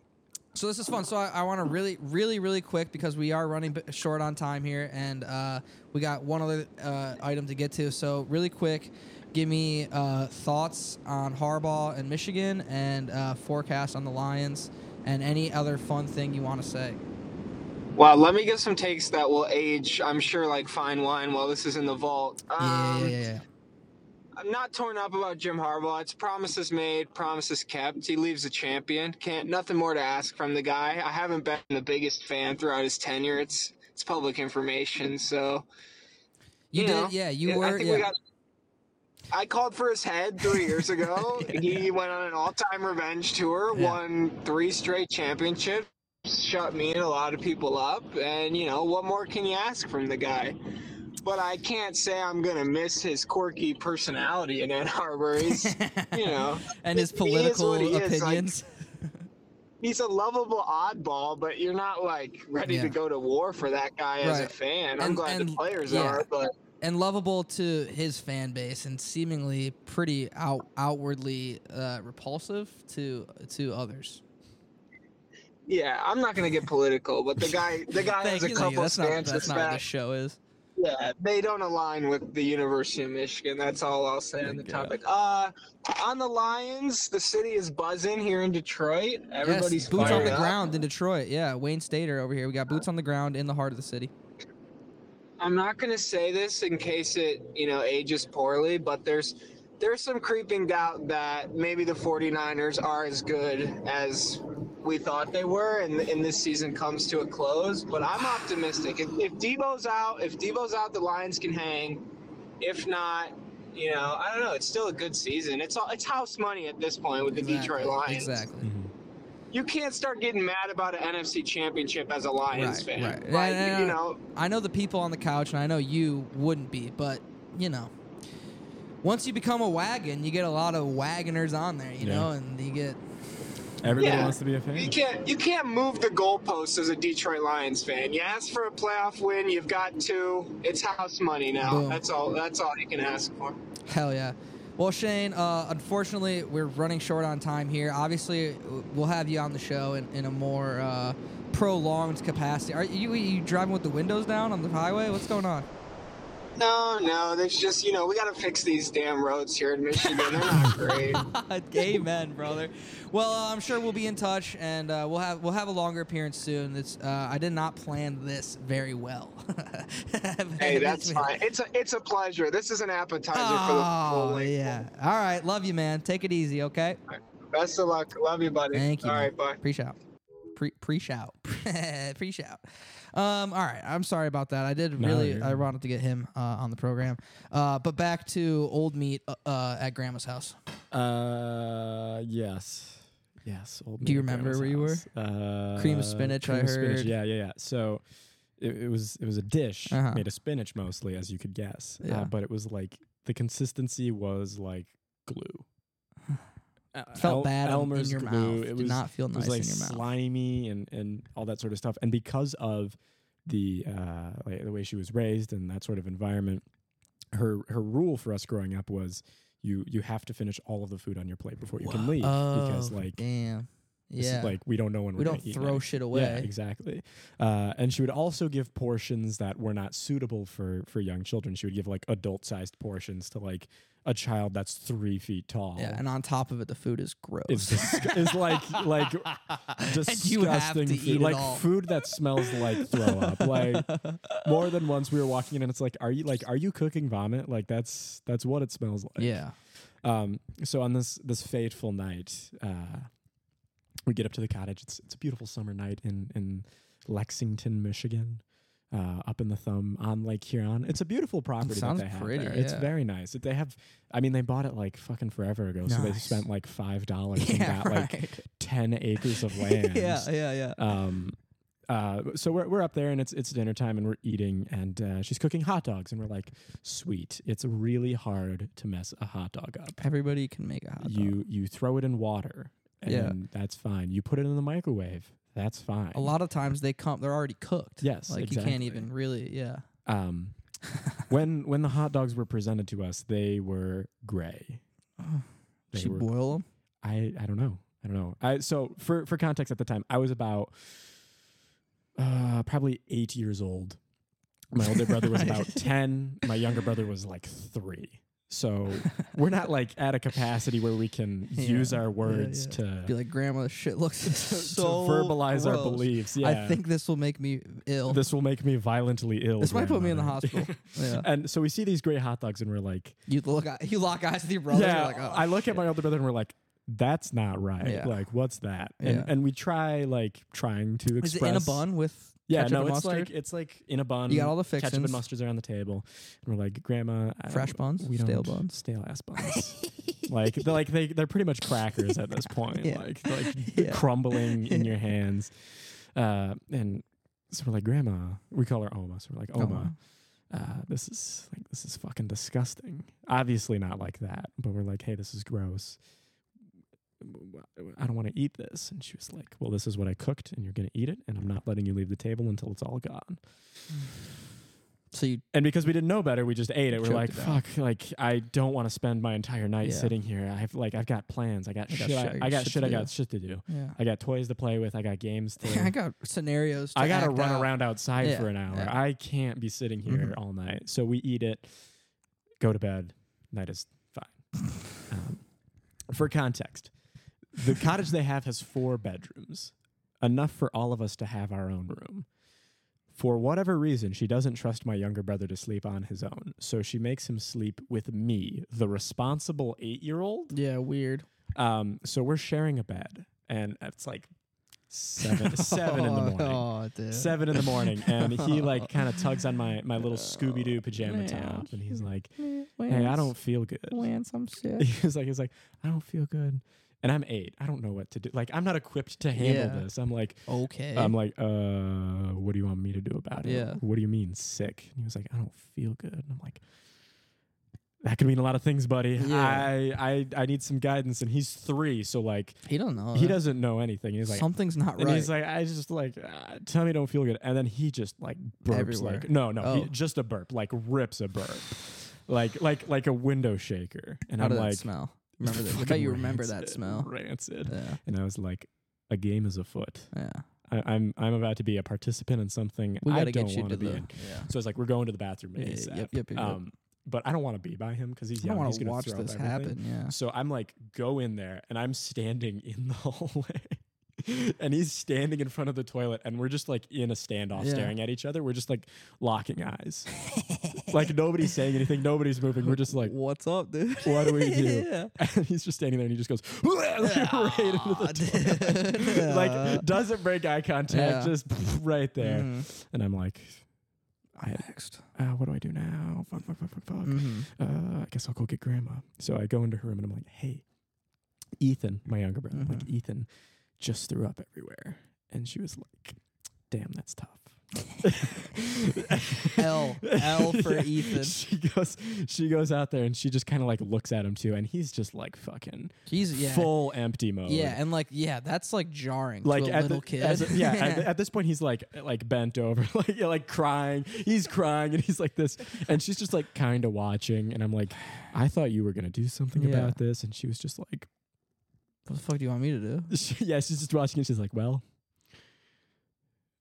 A: So this is fun. So I, I want to really, really, really quick because we are running b- short on time here, and uh, we got one other uh, item to get to. So really quick, give me uh, thoughts on Harbaugh and Michigan, and uh, forecast on the Lions, and any other fun thing you want to say.
D: Wow, let me get some takes that will age, I'm sure, like fine wine while this is in the vault.
A: Yeah,
D: Um,
A: yeah, yeah, yeah.
D: I'm not torn up about Jim Harbaugh. It's promises made, promises kept. He leaves a champion. Can't nothing more to ask from the guy. I haven't been the biggest fan throughout his tenure. It's it's public information, so
A: You,
D: you
A: did,
D: know,
A: yeah. You
D: Yeah,
A: were,
D: I think
A: yeah.
D: we got. I called for his head three
A: <laughs>
D: years ago. he went on an all-time revenge tour,
A: Yeah.
D: won three straight championships, shut me and a lot of people up, and you know what more can you ask from the guy? But I can't say I'm gonna miss his quirky personality in Ann Arbor. He's,
A: <laughs>
D: you know,
A: and his
D: he is what he
A: political
D: is, like-
A: opinions.
D: he's a lovable oddball, but you're not like ready
A: Yeah.
D: to go to war for that guy as a
A: Right.
D: fan. I'm
A: And-
D: glad the
A: and-
D: players
A: yeah.
D: are, but
A: and lovable to his fan base, and seemingly pretty out outwardly uh, repulsive to to others.
D: Yeah, I'm not gonna get political, but the guy, the guy
A: Thank
D: has
A: you, thank
D: a
A: you.
D: couple
A: That's not
D: stances
A: that's not what
D: that
A: this show is.
D: yeah, they don't align with the University of Michigan. That's all I'll say on the topic. Uh, on the Lions, the city is buzzing here in Detroit. Everybody's
A: yes, boots on
D: fired
A: the
D: up.
A: ground in Detroit. Yeah, Wayne Stater over here. We got boots on the ground in the heart of the city.
D: I'm not gonna say this in case it, you know, ages poorly, but there's there's some creeping doubt that maybe the 49ers are as good as we thought they were, and, and this season comes to a close. But I'm optimistic. If, if Debo's out, if Debo's out, the Lions can hang. If not, you know, I don't know. It's still a good season. It's all it's house money at this point with the Detroit Lions.
A: Exactly.
B: Mhm.
D: You can't start getting mad about an NFC Championship as a Lions
A: Right,
D: fan.
A: right.
D: Like,
A: Yeah, yeah,
D: you
A: yeah.
D: know,
A: I know the people on the couch, and I know you wouldn't be, but you know, once you become a wagon, you get a lot of wagoners on there, you
B: Yeah.
A: know, and you get
B: Everybody
D: Yeah.
B: wants to be a fan.
D: You can't you can't move the goalposts as a Detroit Lions fan. You ask for a playoff win, you've got two. It's house money now.
A: Boom.
D: That's all. That's all you can ask for.
A: Hell yeah. Well, Shane, uh, unfortunately, we're running short on time here. Obviously, w- we'll have you on the show in, in a more uh, prolonged capacity. Are you, you driving with the windows down on the highway? What's going
D: <laughs>
A: on?
D: No, no. There's just you know we got to fix these damn roads here in Michigan.
A: <laughs>
D: They're not great.
A: Amen, brother. Well, uh, I'm sure we'll be in touch, and uh, we'll have we'll have a longer appearance soon. It's uh, I did not plan this very well. <laughs>
D: hey, that's fine. It's a it's a pleasure. This is an appetizer for the full
A: Oh
D: length.
A: yeah. All right, love you, man. Take it easy, okay?
D: Best of luck. Love you, buddy.
A: Thank you,
D: All
A: man.
D: right, bye.
A: Pre shout. Pre pre shout. <laughs> pre shout. Um, all right. I'm sorry about that. I did
B: No,
A: really
B: you're
A: I
B: good.
A: wanted to get him uh, on the program. Uh, but back to old meat uh, uh, at grandma's house.
B: Uh, yes, yes. Old
A: Do you
B: man at
A: remember
B: grandma's house. Uh,
A: Cream of spinach, I
B: cream of spinach,
A: heard.
B: Yeah, yeah, yeah. So it, it was it was a dish
A: Uh-huh.
B: made of spinach mostly, as you could guess.
A: Yeah.
B: Uh, but it was like the consistency was like glue. Uh,
A: <sighs> Felt
B: El-
A: bad on-
B: Elmer's
A: in your
B: glue.
A: mouth.
B: It
A: Did
B: was
A: not feel
B: it
A: nice
B: was like
A: in your mouth.
B: slimy and and all that sort of stuff. And because of the uh, like the way she was raised and that sort of environment, her her rule for us growing up was you you have to finish all of the food on your plate before you can leave because
A: Oh,
B: like
A: damn.
B: this is
A: Yeah.
B: like we don't know when
A: we
B: are
A: don't
B: gonna eat
A: throw
B: next.
A: shit
B: Yeah,
A: away.
B: exactly. Uh, and she would also give portions that were not suitable for for young children. She would give like adult sized portions to like a child that's three feet tall.
A: Yeah, and on top of it the food is gross. <laughs>
B: It's disg- it's like- like
A: And you have to
B: disgusting food,
A: eat it
B: like
A: all.
B: food that smells like throw up. Like more than once we were walking in, and it's like, are you like are you cooking vomit? Like that's that's what it smells
A: <laughs>
B: like.
A: Yeah.
B: Um, so on this this fateful night, uh, we get up to the cottage. It's it's a beautiful summer night in in Lexington, Michigan. uh, up in the thumb on Lake Huron. It's a beautiful property.
A: sounds
B: that they have
A: pretty,
B: there. It's
A: yeah.
B: very nice. They have, I mean, they bought it like fucking forever ago. So they
A: Nice.
B: spent like five dollars
A: <laughs>
B: and
A: yeah,
B: got like
A: right.
B: ten
A: <laughs>
B: acres of land.
A: yeah, yeah, yeah.
B: Um, uh, so we're, we're up there and it's it's dinner time and we're eating and uh, she's cooking hot dogs and we're like, sweet. It's really hard to mess a hot dog up.
A: Everybody can make a hot dog.
B: You you throw it in water and
A: Yeah.
B: that's fine. You put it in the microwave. That's fine.
A: a lot of times they come, they're already cooked.
B: Yes,
A: like you can't
B: exactly.
A: even really. Yeah,
B: Um, when when the hot dogs were presented to us, they were
A: <laughs>
B: gray. They
A: Oh, she
B: were-
A: boil them.
B: I I don't know. I don't know. I so for for context at the time, I was about uh, probably eight years old. My older brother
A: <laughs>
B: was about ten. My younger brother was like three.
A: <laughs>
B: So we're not like at a capacity where we can
A: Yeah,
B: use our
A: yeah,
B: words
A: yeah.
B: to,
A: Be like, Grandma, this shit
B: <laughs>
A: looks
B: to,
A: so.
B: to verbalize our
A: gross.
B: beliefs. Yeah,
A: I think this will make me ill.
B: this will make me violently ill.
A: This might put me in the
B: grandmother. <laughs>
A: hospital. Yeah.
B: And so we see these great hot dogs, and we're like,
A: you look, you lock eyes with your brother.
B: yeah,
A: you're like, oh,
B: I look
A: shit.
B: at my older brother and we're like, that's not right.
A: Yeah.
B: Like, what's that?
A: Yeah.
B: And, and we try like trying to
A: Is
B: express.
A: it in a bun with
B: Yeah,
A: ketchup
B: no,
A: and
B: it's
A: mustard?
B: <laughs> like it's like in a bun.
A: You got all the
B: Ketchup and
A: fixins.
B: mustards are on the table, and we're like, Grandma, I
A: Fresh
B: don't-
A: buns?
B: we
A: Stale
B: don't-
A: buns?
B: stale ass buns. like, they're, like they they're pretty much crackers
A: <laughs>
B: at this point.
A: Yeah.
B: Like,
A: <laughs>
B: they're, like
A: Yeah.
B: crumbling
A: <laughs>
B: in your hands. Uh, and so we're like, Grandma, we call her Oma. So we're like, Oma
A: Oma.
B: uh, this is like this is fucking disgusting. Obviously not like that, but we're like, hey, this is gross. I don't want to eat this. And she was like, well, this is what I cooked, and you're gonna eat it, and I'm not letting you leave the table until it's all gone.
A: so you
B: And because we didn't know better, we just ate it. We're
A: Choked
B: like,
A: it down.
B: fuck, like I don't want to spend my entire night
A: Yeah.
B: sitting here. I've like I've got plans. I got
A: I got
B: shit. I,
A: shit-
B: I got
A: shit
B: shit.
A: to
B: I
A: do.
B: got shit to do.
A: yeah.
B: I got toys to play with. I got games to.
A: <laughs> I got scenarios. To
B: I gotta
A: act
B: run
A: out.
B: around outside
A: Yeah,
B: for an hour.
A: yeah.
B: I can't be sitting here
A: Mhm.
B: all night. So we eat it, go to bed. Night is fine. um, for context, the cottage they have has four bedrooms, enough for all of us to have our own room. For whatever reason, she doesn't trust my younger brother to sleep on his own, so she makes him sleep with me, the responsible eight-year-old.
A: Yeah, weird.
B: Um, so we're sharing a bed, and it's like
A: <laughs>
B: seven, seven in the morning
A: Oh, dude.
B: seven in the morning, and he
A: <laughs>
B: like kind of tugs on my my little Scooby Doo pajama
A: Yeah.
B: top, and he's like, "Hey,
A: Mm-hmm. Lance,
B: I don't feel good." <laughs>
A: Lance, I'm sick.
B: He's like, "He's like, I don't feel good," and I'm eight. I don't know what to do. Like, I'm not equipped to handle
A: Yeah.
B: this. I'm like,
A: Okay.
B: I'm like, uh, what do you want me to do about it?
A: Yeah.
B: What do you mean sick? And he was like, I don't feel good. And I'm like, that could mean a lot of things, buddy.
A: Yeah.
B: I, I I need some guidance. And he's three, so like
A: he don't know.
B: he
A: that.
B: doesn't know anything. And he's like,
A: Something's not
B: and
A: right.
B: he's like, I just like, uh, tell me I don't feel good. And then he just like burps
A: Everywhere.
B: like, no, no, he-
A: Oh.
B: just a burp, like rips a burp, like like like a window shaker. And
A: How
B: I'm
A: did
B: like,
A: that smell? Remember that? I bet
B: "Fucking
A: you remember that
B: rancid,
A: smell. <laughs>
B: rancid.
A: Yeah.
B: And I was like, a game is afoot.
A: Yeah.
B: I, I'm I'm about to be a participant in something
A: We
B: I
A: gotta
B: don't
A: get you
B: want
A: to
B: to be
A: the.
B: in.
A: Yeah.
B: So it's like we're going to the bathroom
A: Yeah,
B: ASAP.
A: yep, yep, yep.
B: Um, but I don't want to be by him because he's
A: I
B: young.
A: don't want to
B: he's gonna
A: watch
B: throw up
A: this
B: everything.
A: happen. Yeah.
B: So I'm like, go in there, and I'm standing in the <laughs> hallway. and he's standing in front of the toilet, and we're just like in a standoff
A: Yeah.
B: staring at each other. We're just like locking eyes. like nobody's saying anything, nobody's moving. We're just like,
A: What's up, dude?
B: what do we do?
A: <laughs> yeah.
B: <laughs> and he's just standing there and he just goes
A: <laughs>
B: <laughs> like, <laughs> right into
A: Aw,
B: the toilet.
A: Ah, dude. <laughs>
B: <laughs> like doesn't break eye contact,
A: Yeah.
B: just <laughs> right there.
A: Mhm.
B: And I'm like, I,
A: Next.
B: uh, what do I do now? Fuck, fuck, fuck, fuck, fuck.
A: Mhm.
B: Uh, I guess I'll go get grandma. So I go into her room and I'm like, hey, Ethan, my younger brother, I'm
A: Mm-hmm.
B: like, Ethan just threw up everywhere. And she was like, damn, that's tough.
A: <laughs> L. L for
B: Yeah.
A: Ethan.
B: She goes, she goes out there and she just kind of like looks at him too, and he's just like fucking
A: He's yeah.
B: full empty mode.
A: Yeah, and like yeah, that's like jarring
B: like
A: to a
B: at
A: little
B: the,
A: kid.
B: as a- yeah,
A: <laughs>
B: at, the- at this point he's like like bent over, <laughs> like yeah, like crying. He's crying and he's like this, and she's just like kind of watching. And I'm like, I thought you were gonna do something
A: Yeah.
B: about this, and she was just like, <laughs>
A: what the fuck do you want me to do?
B: she, yeah, she's just watching, and she's like, well,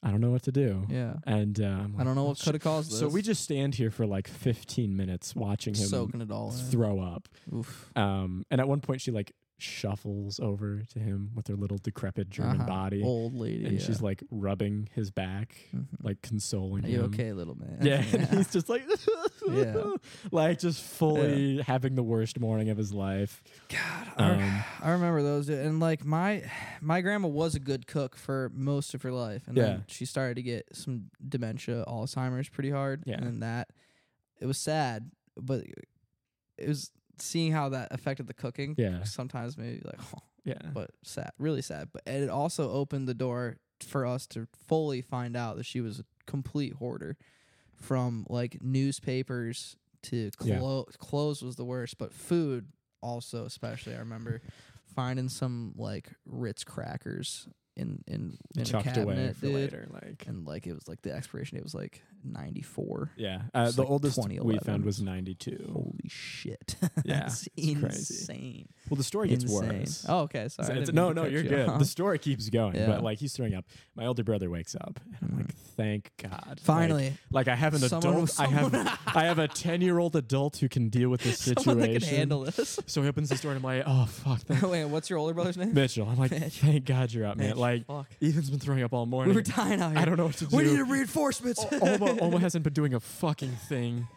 B: I don't know what to do.
A: Yeah.
B: And uh, I'm
A: I
B: like,
A: don't know
B: "Well,
A: what could have caused this.
B: So we just stand here for like 15 minutes watching him
A: soaking it all in.
B: throw up.
A: Oof.
B: Um, and at one point she like shuffles over to him with her little decrepit German
A: Uh-huh.
B: body.
A: Old lady.
B: and
A: yeah.
B: she's like rubbing his back,
A: Mhm.
B: like consoling
A: Are you <laughs>
B: him.
A: okay, little man?
B: Yeah, and <laughs> he's just like,
A: Yeah.
B: <laughs> like just fully having the worst morning of his life.
A: God, I,
B: Um,
A: I remember those. dude. And like my my grandma was a good cook for most of her life, and
B: Yeah.
A: then she started to get some dementia, Alzheimer's, pretty hard.
B: Yeah.
A: and then that it was sad, but it was seeing how that affected the cooking.
B: Yeah.
A: sometimes maybe like,
B: Yeah.
A: <laughs> but sad, really sad. But and it also opened the door for us to fully find out that she was a complete hoarder, from like newspapers to
B: Yeah.
A: clothes. Clothes was the worst, but food also, especially. I remember finding some like Ritz crackers in in, in a
B: Chucked away
A: cabinet,
B: for
A: dude.
B: later. Like
A: And like it was like the expiration date was like ninety four.
B: Yeah. Uh,
A: It's
B: the
A: like
B: oldest we
A: 2011.
B: found was 92.
A: Holy shit! <laughs>
B: Yeah,
A: that's
B: it's crazy.
A: insane.
B: Well, the story gets
A: insane.
B: worse.
A: Oh, okay.
B: So
A: Sorry. I
B: it's-
A: didn't mean
B: no,
A: to
B: no,
A: cut
B: you're
A: you
B: good.
A: off. <laughs>
B: The story keeps going,
A: Yeah. Hmm.
B: but like he's throwing up. My older brother wakes up, and I'm like, "Thank God!" Like-
A: Finally,
B: like, I have an
A: Someone
B: adult.
A: with
B: I
A: someone-
B: have I have a ten year old adult who can deal with this
A: <laughs>
B: situation.
A: Someone that can handle this.
B: So he opens the door, and I'm like, "Oh fuck, thank
A: <laughs> Wait, what's your older brother's name?
B: Mitchell." I'm like,
A: Mitch.
B: "Thank God you're up, man!"
A: Mitch,
B: Like,
A: fuck.
B: Ethan's been throwing up all
A: We
B: morning.
A: were dying out here.
B: I don't know what to do.
A: We needed reinforcements. <laughs>
B: Oma, Oma hasn't been doing a fucking thing.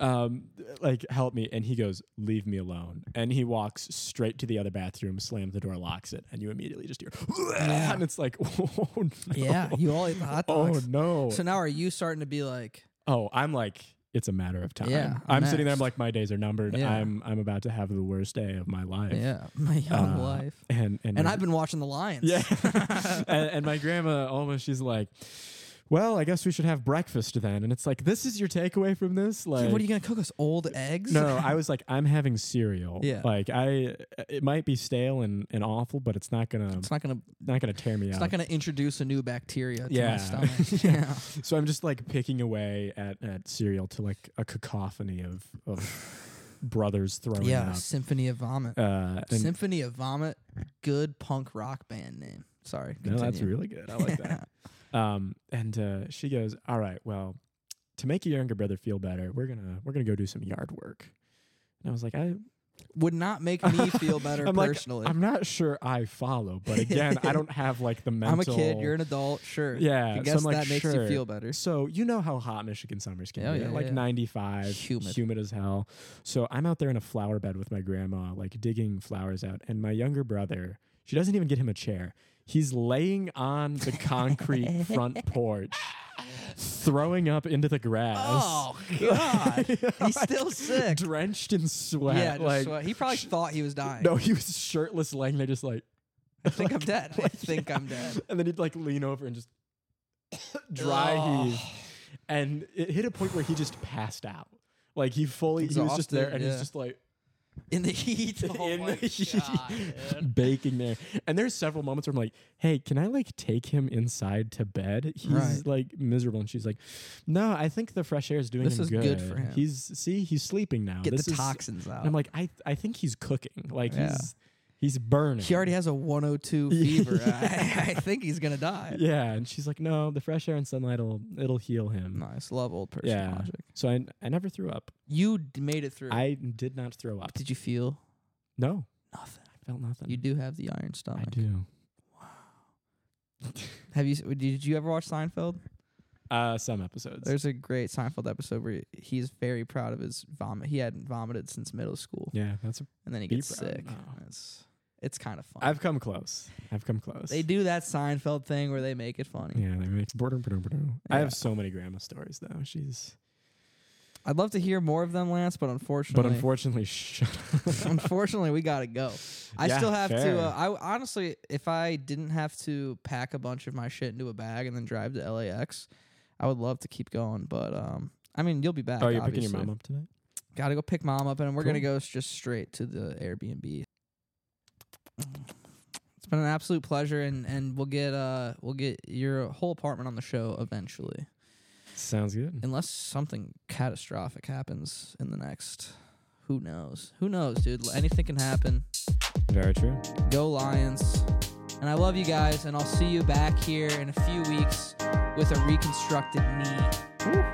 B: Um, like, help me. And he goes, leave me alone. And he walks straight to the other bathroom, slams the door, locks it, and you immediately just hear, <laughs> and it's like, oh no.
A: yeah, you
B: <laughs>
A: all ate the hot
B: Oh
A: dogs.
B: no.
A: So now are you starting to be like,
B: oh, I'm like, it's a matter of time.
A: Yeah,
B: I'm
A: next.
B: sitting there. I'm like, my days are numbered.
A: Yeah.
B: I'm I'm about to have the worst day of my life.
A: yeah, my young
B: Uh,
A: life?
B: And and,
A: And
B: my-
A: I've been watching the Lions. <laughs>
B: yeah. <laughs> and, and my grandma almost she's like. Well, I guess we should have breakfast then. And it's like, this is your takeaway from this? Like,
A: Dude, what are you gonna cook us? Old eggs?
B: No, I was like, I'm having cereal.
A: Yeah.
B: Like I, it might be stale and, and awful, but it's not gonna
A: it's not gonna.
B: not gonna tear me
A: It's
B: up.
A: not gonna introduce a new bacteria to my
B: Yeah.
A: stomach.
B: <laughs> Yeah.
A: yeah.
B: so I'm just like picking away at, at cereal to like a cacophony of
A: <sighs>
B: of brothers throwing
A: Yeah. Symphony of vomit.
B: up. Uh, and
A: Symphony of vomit. Good punk rock band name. Sorry.
B: no, that's
A: continue.
B: really good. I like that. Um, and uh, she goes, "All right, well, to make your younger brother feel better, we're gonna we're gonna go do some yard work." And I
A: <laughs>
B: was like, "I
A: <laughs> Would not make me
B: <laughs>
A: feel better
B: I'm like,
A: personally.
B: I'm not sure I follow,
A: <laughs>
B: but again, I don't have like the mental.
A: I'm a kid. You're an adult. Sure.
B: Yeah,
A: I
B: so
A: guess
B: I'm like,
A: that makes you
B: sure.
A: feel better.
B: So you know how hot Michigan summers can
A: Oh,
B: be,
A: yeah,
B: like
A: yeah.
B: 95,
A: Humid.
B: humid. as hell. So I'm out there in a flower bed with my grandma, like digging flowers out, and my younger brother. She doesn't even get him a chair. He's laying
A: <laughs>
B: on the concrete front porch, throwing up into the grass. <laughs>
A: Oh God, <laughs> he's
B: Like,
A: still sick.
B: drenched in sweat.
A: Yeah, just
B: like
A: sweat. he probably
B: sh-
A: thought he was dying.
B: <laughs> No, he was shirtless, laying there, just like.
A: I think
B: <laughs>
A: I'm <laughs> dead. I think I'm dead.
B: And then he'd like lean over and just <coughs> dry
A: Ugh.
B: heave. And it hit a point where he just passed out. Like he fully, he was just there
A: Exhausted,
B: and
A: yeah.
B: he's just like
A: in the heat. <laughs> Oh
B: in
A: my
B: <laughs> the heat,
A: God, dude.
B: baking there. And there's several moments where I'm like, hey, can I like take him inside to bed? He's
A: Right.
B: like miserable. And she's like, no, I think the fresh air is doing
A: This
B: him
A: is good for him.
B: He's, see, he's sleeping now.
A: Get
B: this
A: the
B: is,
A: toxins out.
B: And I'm like, I, I think he's cooking. Like
A: Yeah.
B: he's, he's burning.
A: he already has a 102
B: <laughs> Yeah.
A: fever.
B: <laughs>
A: I, I think he's gonna die.
B: Yeah, and she's like, "No, the fresh air and sunlight will it'll heal him."
A: Nice, love old person
B: yeah.
A: logic.
B: So I I never threw up.
A: You d- made it through.
B: I did not throw up.
A: Did you feel
B: No,
A: nothing?
B: I felt nothing.
A: You do have the iron
B: I
A: stomach.
B: do.
A: Have you? s- Did you ever watch Seinfeld?
B: Uh, some episodes.
A: There's a great Seinfeld episode where he's very proud of his vomit. He hadn't vomited since middle school,
B: yeah, that's.
A: and then he
B: be
A: gets
B: proud.
A: sick.
B: Oh.
A: It's it's kind of fun.
B: I've come close. I've come close.
A: they do that Seinfeld thing where they make it funny.
B: Yeah, they make border, border, border. I
A: Yeah.
B: have so many grandma stories though. She's,
A: I'd love to hear more of them, Lance, but
B: but
A: unfortunately,
B: unfortunately, <laughs> shut <laughs>
A: <laughs>
B: up.
A: unfortunately, we gotta go. I
B: Yeah,
A: still have
B: fair.
A: to. Uh, I honestly, if I didn't have to pack a bunch of my shit into a bag and then drive to LAX, I would love to keep going. But um, I mean, you'll be back.
B: oh, you're
A: obviously.
B: picking your mom up tonight.
A: Gotta go pick mom up, and we're gonna
B: Cool.
A: go s- just straight to the Airbnb. It's been an absolute pleasure, and and we'll get uh we'll get your whole apartment on the show eventually,
B: Sounds good.
A: unless something catastrophic happens in the next. Who knows? Who knows, dude? Anything can happen.
B: Very true.
A: Go Lions! And I love you guys, and I'll see you back here in a few weeks with a reconstructed knee.